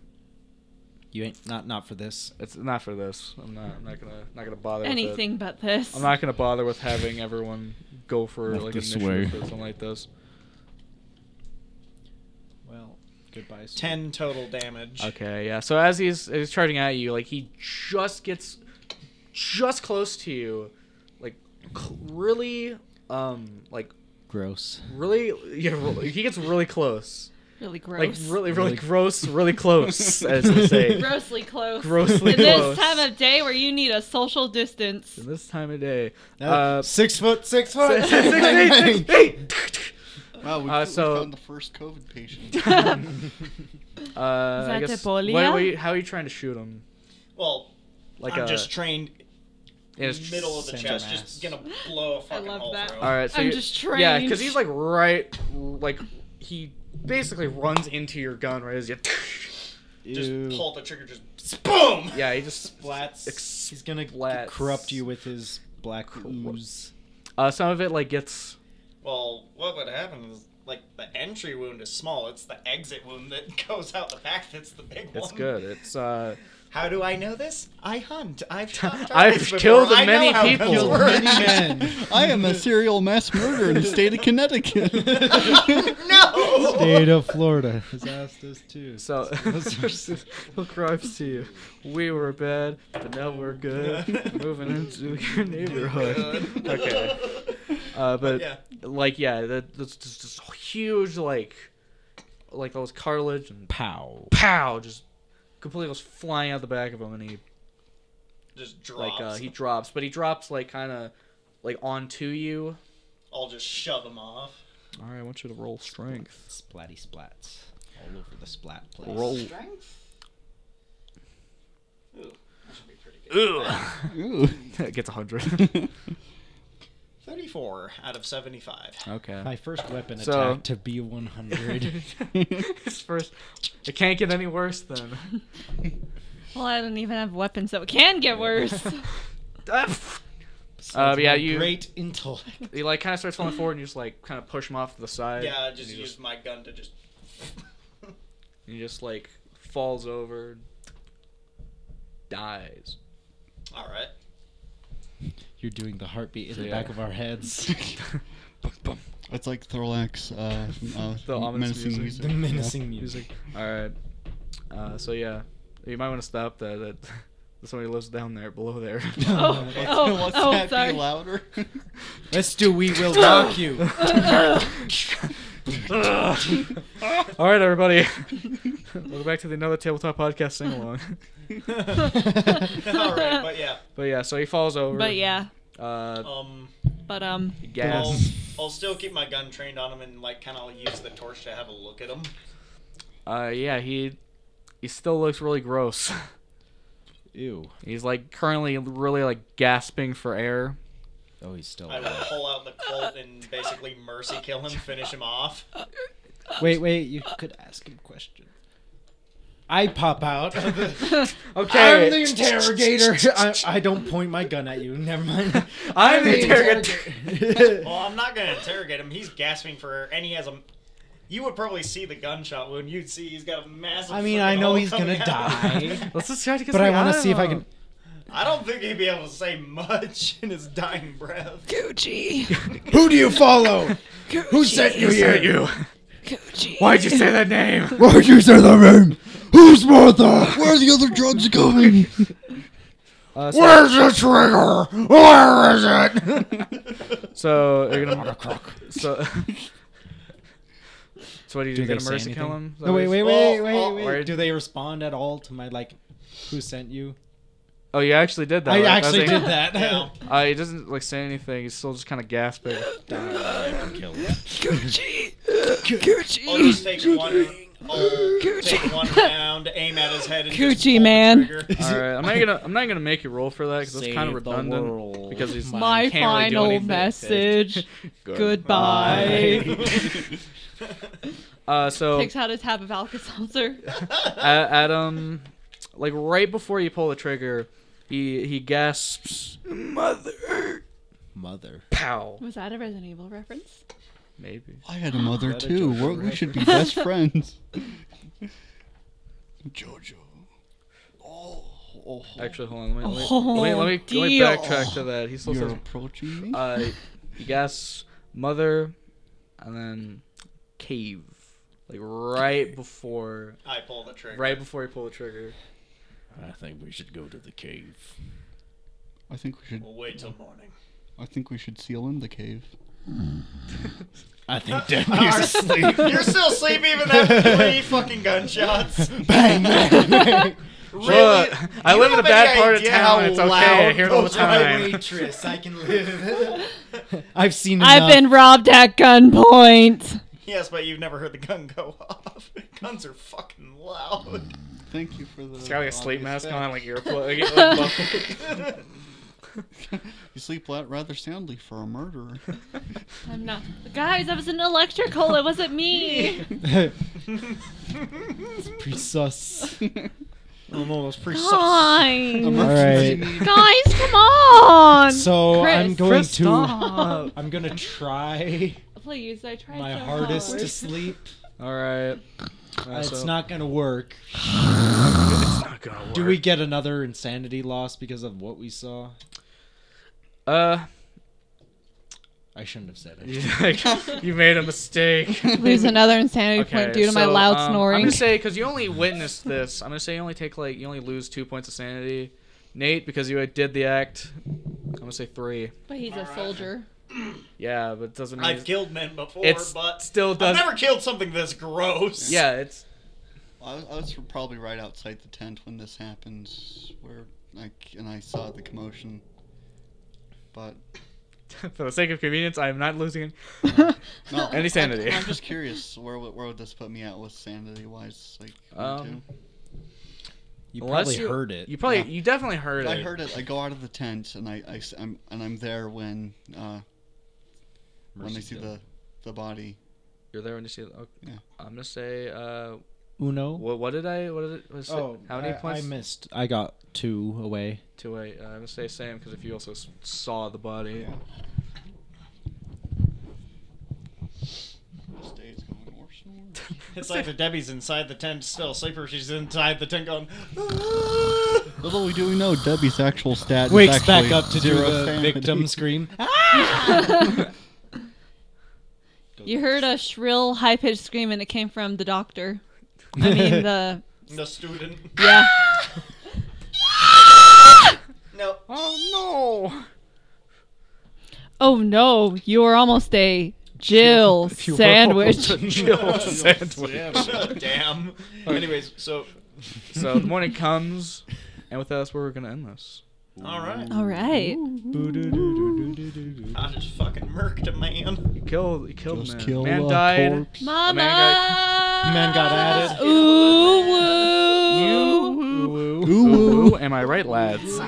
S3: You ain't not not for this.
S2: it's not for this I'm not I'm not gonna not gonna bother with it.
S1: Anything but this.
S2: I'm not gonna bother with having everyone go for
S7: Look
S2: like
S7: this
S2: initiative
S7: way.
S2: or something like this.
S3: Well, goodbye. sir.
S4: Ten total damage.
S2: Okay, yeah. So as he's he's charging at you, like he just gets just close to you, like cl- really, um, like
S3: Gross.
S2: really, yeah. re- He gets really close,
S1: really
S2: like
S1: gross.
S2: really, really
S3: Really-
S2: gross, really close, as they say.
S1: Grossly close.
S2: Grossly
S1: In this
S2: close.
S1: time of day where you need a social distance.
S2: In this time of day, uh,
S3: Uh, six foot, six foot.
S2: six, six, eight, eight, eight.
S5: Wow, we,
S2: Uh,
S5: we
S2: so-
S5: found the first COVID patient.
S2: Uh,
S1: that
S2: I guess,
S1: Ebola?
S2: what- what you- how are you trying to shoot him?
S4: Well,
S2: Like
S4: I'm
S2: a
S4: just trained
S2: in his
S4: middle of the
S3: center
S4: chest,
S3: mass.
S4: just gonna blow a
S1: I
S4: fucking
S1: love
S4: hole
S1: that.
S4: through.
S2: All right, so
S1: I'm
S2: you-
S1: just
S2: Yeah,
S1: trained.
S2: because he's like right, like he basically runs into your gun right as you.
S4: Just
S3: Ew.
S4: pull the trigger, just boom.
S2: Yeah, he just
S4: Splats.
S2: ex-
S3: He's gonna
S2: splats.
S3: corrupt you with his black ooze.
S2: Uh, some of it like gets.
S4: Well, what would happen is like the entry wound is small. It's the exit wound that goes out the back that's the big one.
S2: It's good. It's uh,
S4: How do I know this? I hunt. I've shot
S2: I've
S4: targets before.
S2: killed
S4: I know
S2: many
S4: how
S2: people.
S4: guns
S2: Killed
S4: work.
S5: I am a serial mass murderer in the state of Connecticut.
S4: no.
S3: State of Florida has asked us too.
S2: so he'll crimes to you. We were bad, but now we're good. Moving into your neighborhood. okay. Uh, but
S4: Yeah.
S2: like yeah, that, that's just, just huge like, like those cartilage and
S3: pow.
S2: pow, just completely goes flying out the back of him, and he
S4: Just drops.
S2: like uh, he drops, but he drops like kind of like onto you.
S4: I'll just shove him off.
S2: All right, I want you to roll strength.
S3: Splatty splats all over the splat place.
S2: Roll.
S4: Strength. Ooh, that should be pretty good.
S2: Ooh,
S5: Ooh.
S2: it gets a hundred.
S4: Thirty-four out of seventy-five.
S2: okay.
S3: My first weapon
S2: So-
S3: attack to be 100.
S2: His first. It can't get any worse than.
S1: Well, I don't even have weapons, so it can get worse.
S2: Ah, Uh, yeah, you-
S3: Great intellect.
S2: He like kind of starts falling forward, and you just like kind of push him off to the side.
S4: Yeah, I
S2: and
S4: just
S2: he
S4: used my gun to just.
S2: He just like falls over, dies.
S4: All right.
S3: You're doing the heartbeat in the
S2: Yeah.
S3: back of our heads.
S5: It's like Thorlax, uh, from, uh,
S2: The ominous music.
S5: menacing music.
S3: the menacing music.
S2: All right. Uh, so yeah, you might want to stop that. that somebody lives down there, below there.
S1: oh, oh,
S5: What's
S1: oh,
S5: that
S1: sorry.
S5: be louder?
S3: Let's do We Will Rock You.
S2: All right, everybody. Welcome back to the another tabletop podcast sing along.
S4: All right, but yeah.
S2: But yeah, so he falls over.
S1: But yeah,
S2: Uh,
S4: Um.
S1: But um,
S4: I'll,
S2: Gas.
S4: I'll still keep my gun trained on him and like kind of use the torch to have a look at him.
S2: Uh, yeah, he he still looks really gross.
S3: Ew.
S2: He's like currently really like gasping for air.
S3: Oh, he's still
S4: I will
S3: alive.
S4: pull out the Colt and basically mercy kill him, finish him off.
S3: Wait, wait. You could ask him a question. I pop out.
S2: Okay.
S3: I'm the interrogator. I, I don't point my gun at you. Never mind.
S2: I'm the interrogator.
S4: Well, I'm not gonna interrogate him. He's gasping for air, and he has a. You would probably see the gunshot wound. You'd see he's got a massive.
S3: I mean, I
S4: freaking
S3: know
S4: hole
S3: he's gonna
S4: coming out.
S3: die,
S2: Let's just try to get
S3: but
S2: to
S3: I
S2: the
S3: want to see if I
S2: island.
S3: can.
S4: I don't think he'd be able to say much in his dying breath.
S1: Gucci,
S3: Who do you follow?
S1: Who sent
S2: You hear you?
S1: Gucci?
S2: Why'd you say that name?
S5: Where's the room? Who's Martha? Where are the other drugs going?
S3: Uh, so-
S5: Where's the trigger? Where is it?
S2: So you're gonna So. So what do you do?
S3: Do
S2: you gonna
S3: they say
S2: mercy kill
S3: anything?
S2: him? Is that
S3: No,
S2: what
S3: wait,
S2: you-
S3: wait,
S4: Well,
S3: wait,
S4: uh,
S3: wait, wait.
S2: where-
S3: Do they respond at all to my like, who sent you?
S2: Oh, you actually did that.
S3: I
S2: right?
S3: actually
S2: That's
S3: did
S2: it.
S3: that.
S4: Yeah.
S2: Uh, he doesn't like say anything. He's still just kind of gasping.
S1: Gucci,
S2: Oh,
S4: I'll
S1: Gucci,
S4: just take one. I'll take one round, aim at his head, and just
S1: Gucci
S4: pull the
S1: man.
S4: trigger.
S2: All right, I'm not gonna I'm not gonna make you roll for that because that's kind of redundant. Because he's
S1: my
S2: can't really do
S1: final
S2: anything.
S1: message.
S3: Bye.
S1: Goodbye.
S2: Uh, so
S1: Takes out his tab of Alka-Seltzer.
S2: A- Adam, um, like right before you pull the trigger, he he gasps, "Mother!"
S3: mother.
S2: Pow.
S1: Was that a Resident Evil reference?
S2: Maybe.
S5: I had a mother
S3: That a
S5: too.
S3: Jojo
S5: We're, we
S3: reference?
S5: should be best friends. Jojo. Oh, oh, oh.
S2: Actually, hold on. Let me, let me,
S1: Oh,
S2: let me, let me, let me
S1: deal.
S2: backtrack to that. He still
S5: You're
S2: says,
S5: approaching me.
S2: uh, he gasps, "Mother," and then cave, like right before
S4: I pull the trigger.
S2: right before you pull the trigger.
S7: I think we should go to the cave.
S5: I think we should.
S4: We'll wait till morning.
S5: I think we should seal in the cave.
S7: I think Debbie's asleep.
S4: You're still asleep even after three fucking gunshots.
S5: Bang!
S4: Really?
S2: Look, I
S4: You
S2: live in a
S4: have
S2: bad
S4: any
S2: part of
S4: idea
S2: town.
S4: how
S2: It's okay.
S4: loud
S2: I hear it all the
S4: those are?
S2: time.
S3: waitress, I can live. I've seen.
S1: I've been robbed at gunpoint.
S4: Yes, but you've never heard the gun go off. Guns are fucking loud.
S5: Thank you for the.
S2: It's got like a sleep mask
S5: obvious fact.
S2: on, like earplug. Like, like, buckle.
S5: You sleep la- rather soundly for a murderer.
S1: I'm not. Guys, I was an electrical. It wasn't me.
S3: been. Presus.
S4: I'm almost pretty
S1: Guys,
S5: Emergency need.
S1: guys, come on.
S3: So
S1: Chris,
S3: I'm going
S1: Chris,
S3: to.
S1: stop.
S3: I'm gonna try
S1: Please, I tried
S3: my
S1: so
S3: hardest
S1: hard.
S3: to sleep.
S2: All right. Uh,
S3: it's
S2: so-
S3: not gonna work.
S2: It's not gonna work.
S3: Do we get another insanity loss because of what we saw?
S2: Uh,
S3: I shouldn't have said it.
S2: you- like, you made a mistake.
S1: Lose another insanity
S2: Okay,
S1: point due to my
S2: so,
S1: loud
S2: um, I'm
S1: snoring.
S2: gonna say because you only witnessed this. I'm gonna say you only take like you only lose two points of sanity. Nate, because you did the act. I'm gonna say three.
S1: But he's a soldier.
S2: Yeah, but it doesn't mean
S4: I've killed men before,
S2: it's
S4: but
S2: still
S4: I've
S2: does.
S4: never killed something this gross.
S2: Yeah, it's
S5: I, I was probably right outside the tent when this happened, where like, and I saw the commotion. But
S2: for the sake of convenience. I'm not losing.
S5: no,
S2: Any sanity.
S5: I, am just curious where would- where would this put me at with sanity wise? Like, me
S2: Um,
S3: You
S2: Unless
S3: probably
S2: you-
S3: heard it.
S2: You probably
S5: Yeah.
S2: you definitely heard
S5: too. I
S2: it.
S5: heard it. I go out of the tent and I, I s- I'm- and I'm there when uh when they see the the body.
S2: You're there when you see. it. Okay.
S5: Yeah.
S2: I'm gonna say. Uh,
S3: Uno.
S2: what, what did I? What did it? Was
S3: Oh,
S2: how many
S3: I,
S2: points?
S3: I missed. I got two away.
S2: Two eight. Uh, I'm gonna say same because if you also s- saw the body.
S5: This day is going worse and worse.
S4: It's like the Debbie's inside the tent, still asleep, or she's inside the tent going.
S5: Little we do we know Debbie's actual stat is
S3: Wakes
S5: actually
S3: back up to do
S5: zero
S3: the
S5: sanity.
S3: victim scream.
S1: You heard a shrill, high pitched scream, and it came from the doctor. I mean, the.
S4: The student.
S1: Yeah.
S4: No.
S2: Oh no!
S1: Oh no, you were almost a Jill sandwich.
S2: Jill sandwich.
S4: Damn. Anyways, so
S2: so the morning comes, and with us, we're gonna end this.
S4: All right.
S1: All right.
S4: I just fucking murked a man.
S2: You killed. You killed
S5: Just
S2: man.
S5: kill
S2: man
S5: a
S2: died.
S5: corpse.
S1: Mama.
S4: Man got at it.
S1: Ooh, woo.
S2: Ooh, woo.
S5: Ooh, woo.
S2: woo. Am I right, lads?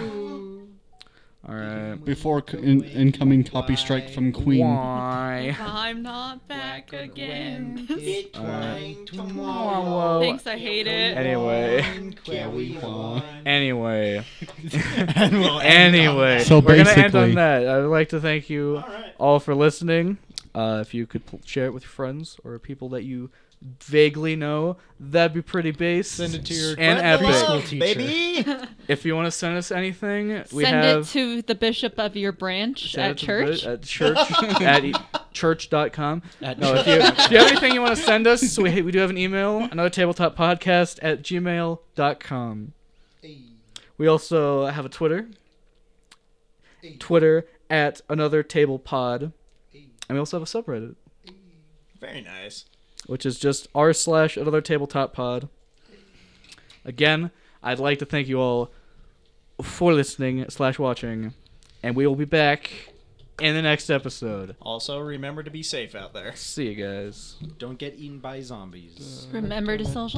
S2: All right.
S5: Before c- in- incoming copy strike from Queen.
S2: Why?
S1: I'm not back again.
S4: It twang tomorrow.
S2: Whoa.
S1: Thanks, I hate it.
S2: Anyway.
S4: Carry on.
S2: Anyway.
S3: And we'll end
S2: anyway.
S5: So
S2: we're gonna end on
S5: basically-
S2: that. I would like to thank you
S4: All right.
S2: all for listening. Uh, if you could pl- share it with your friends or people that you vaguely know, that'd be pretty base.
S4: Send it to your
S2: and
S4: Spread the
S2: epic.
S4: love,
S3: School teacher.
S4: baby.
S2: If you want to send us anything, we
S1: Send
S2: have
S1: it to the bishop of your branch
S2: Send
S1: at
S2: it to the
S1: church.
S2: bit- at church at e- church.com.
S3: At
S2: No, if you, if you have anything you want to send us, we, we do have an email, another tabletop podcast at gmail.com. We also have a Twitter, Twitter at another table pod, and we also have a subreddit,
S4: Very nice.
S2: which is just r slash another tabletop pod. Again, I'd like to thank you all for listening slash watching, and we will be back in the next episode.
S4: Also, remember to be safe out there.
S2: See you guys.
S3: Don't get eaten by zombies.
S1: Remember to social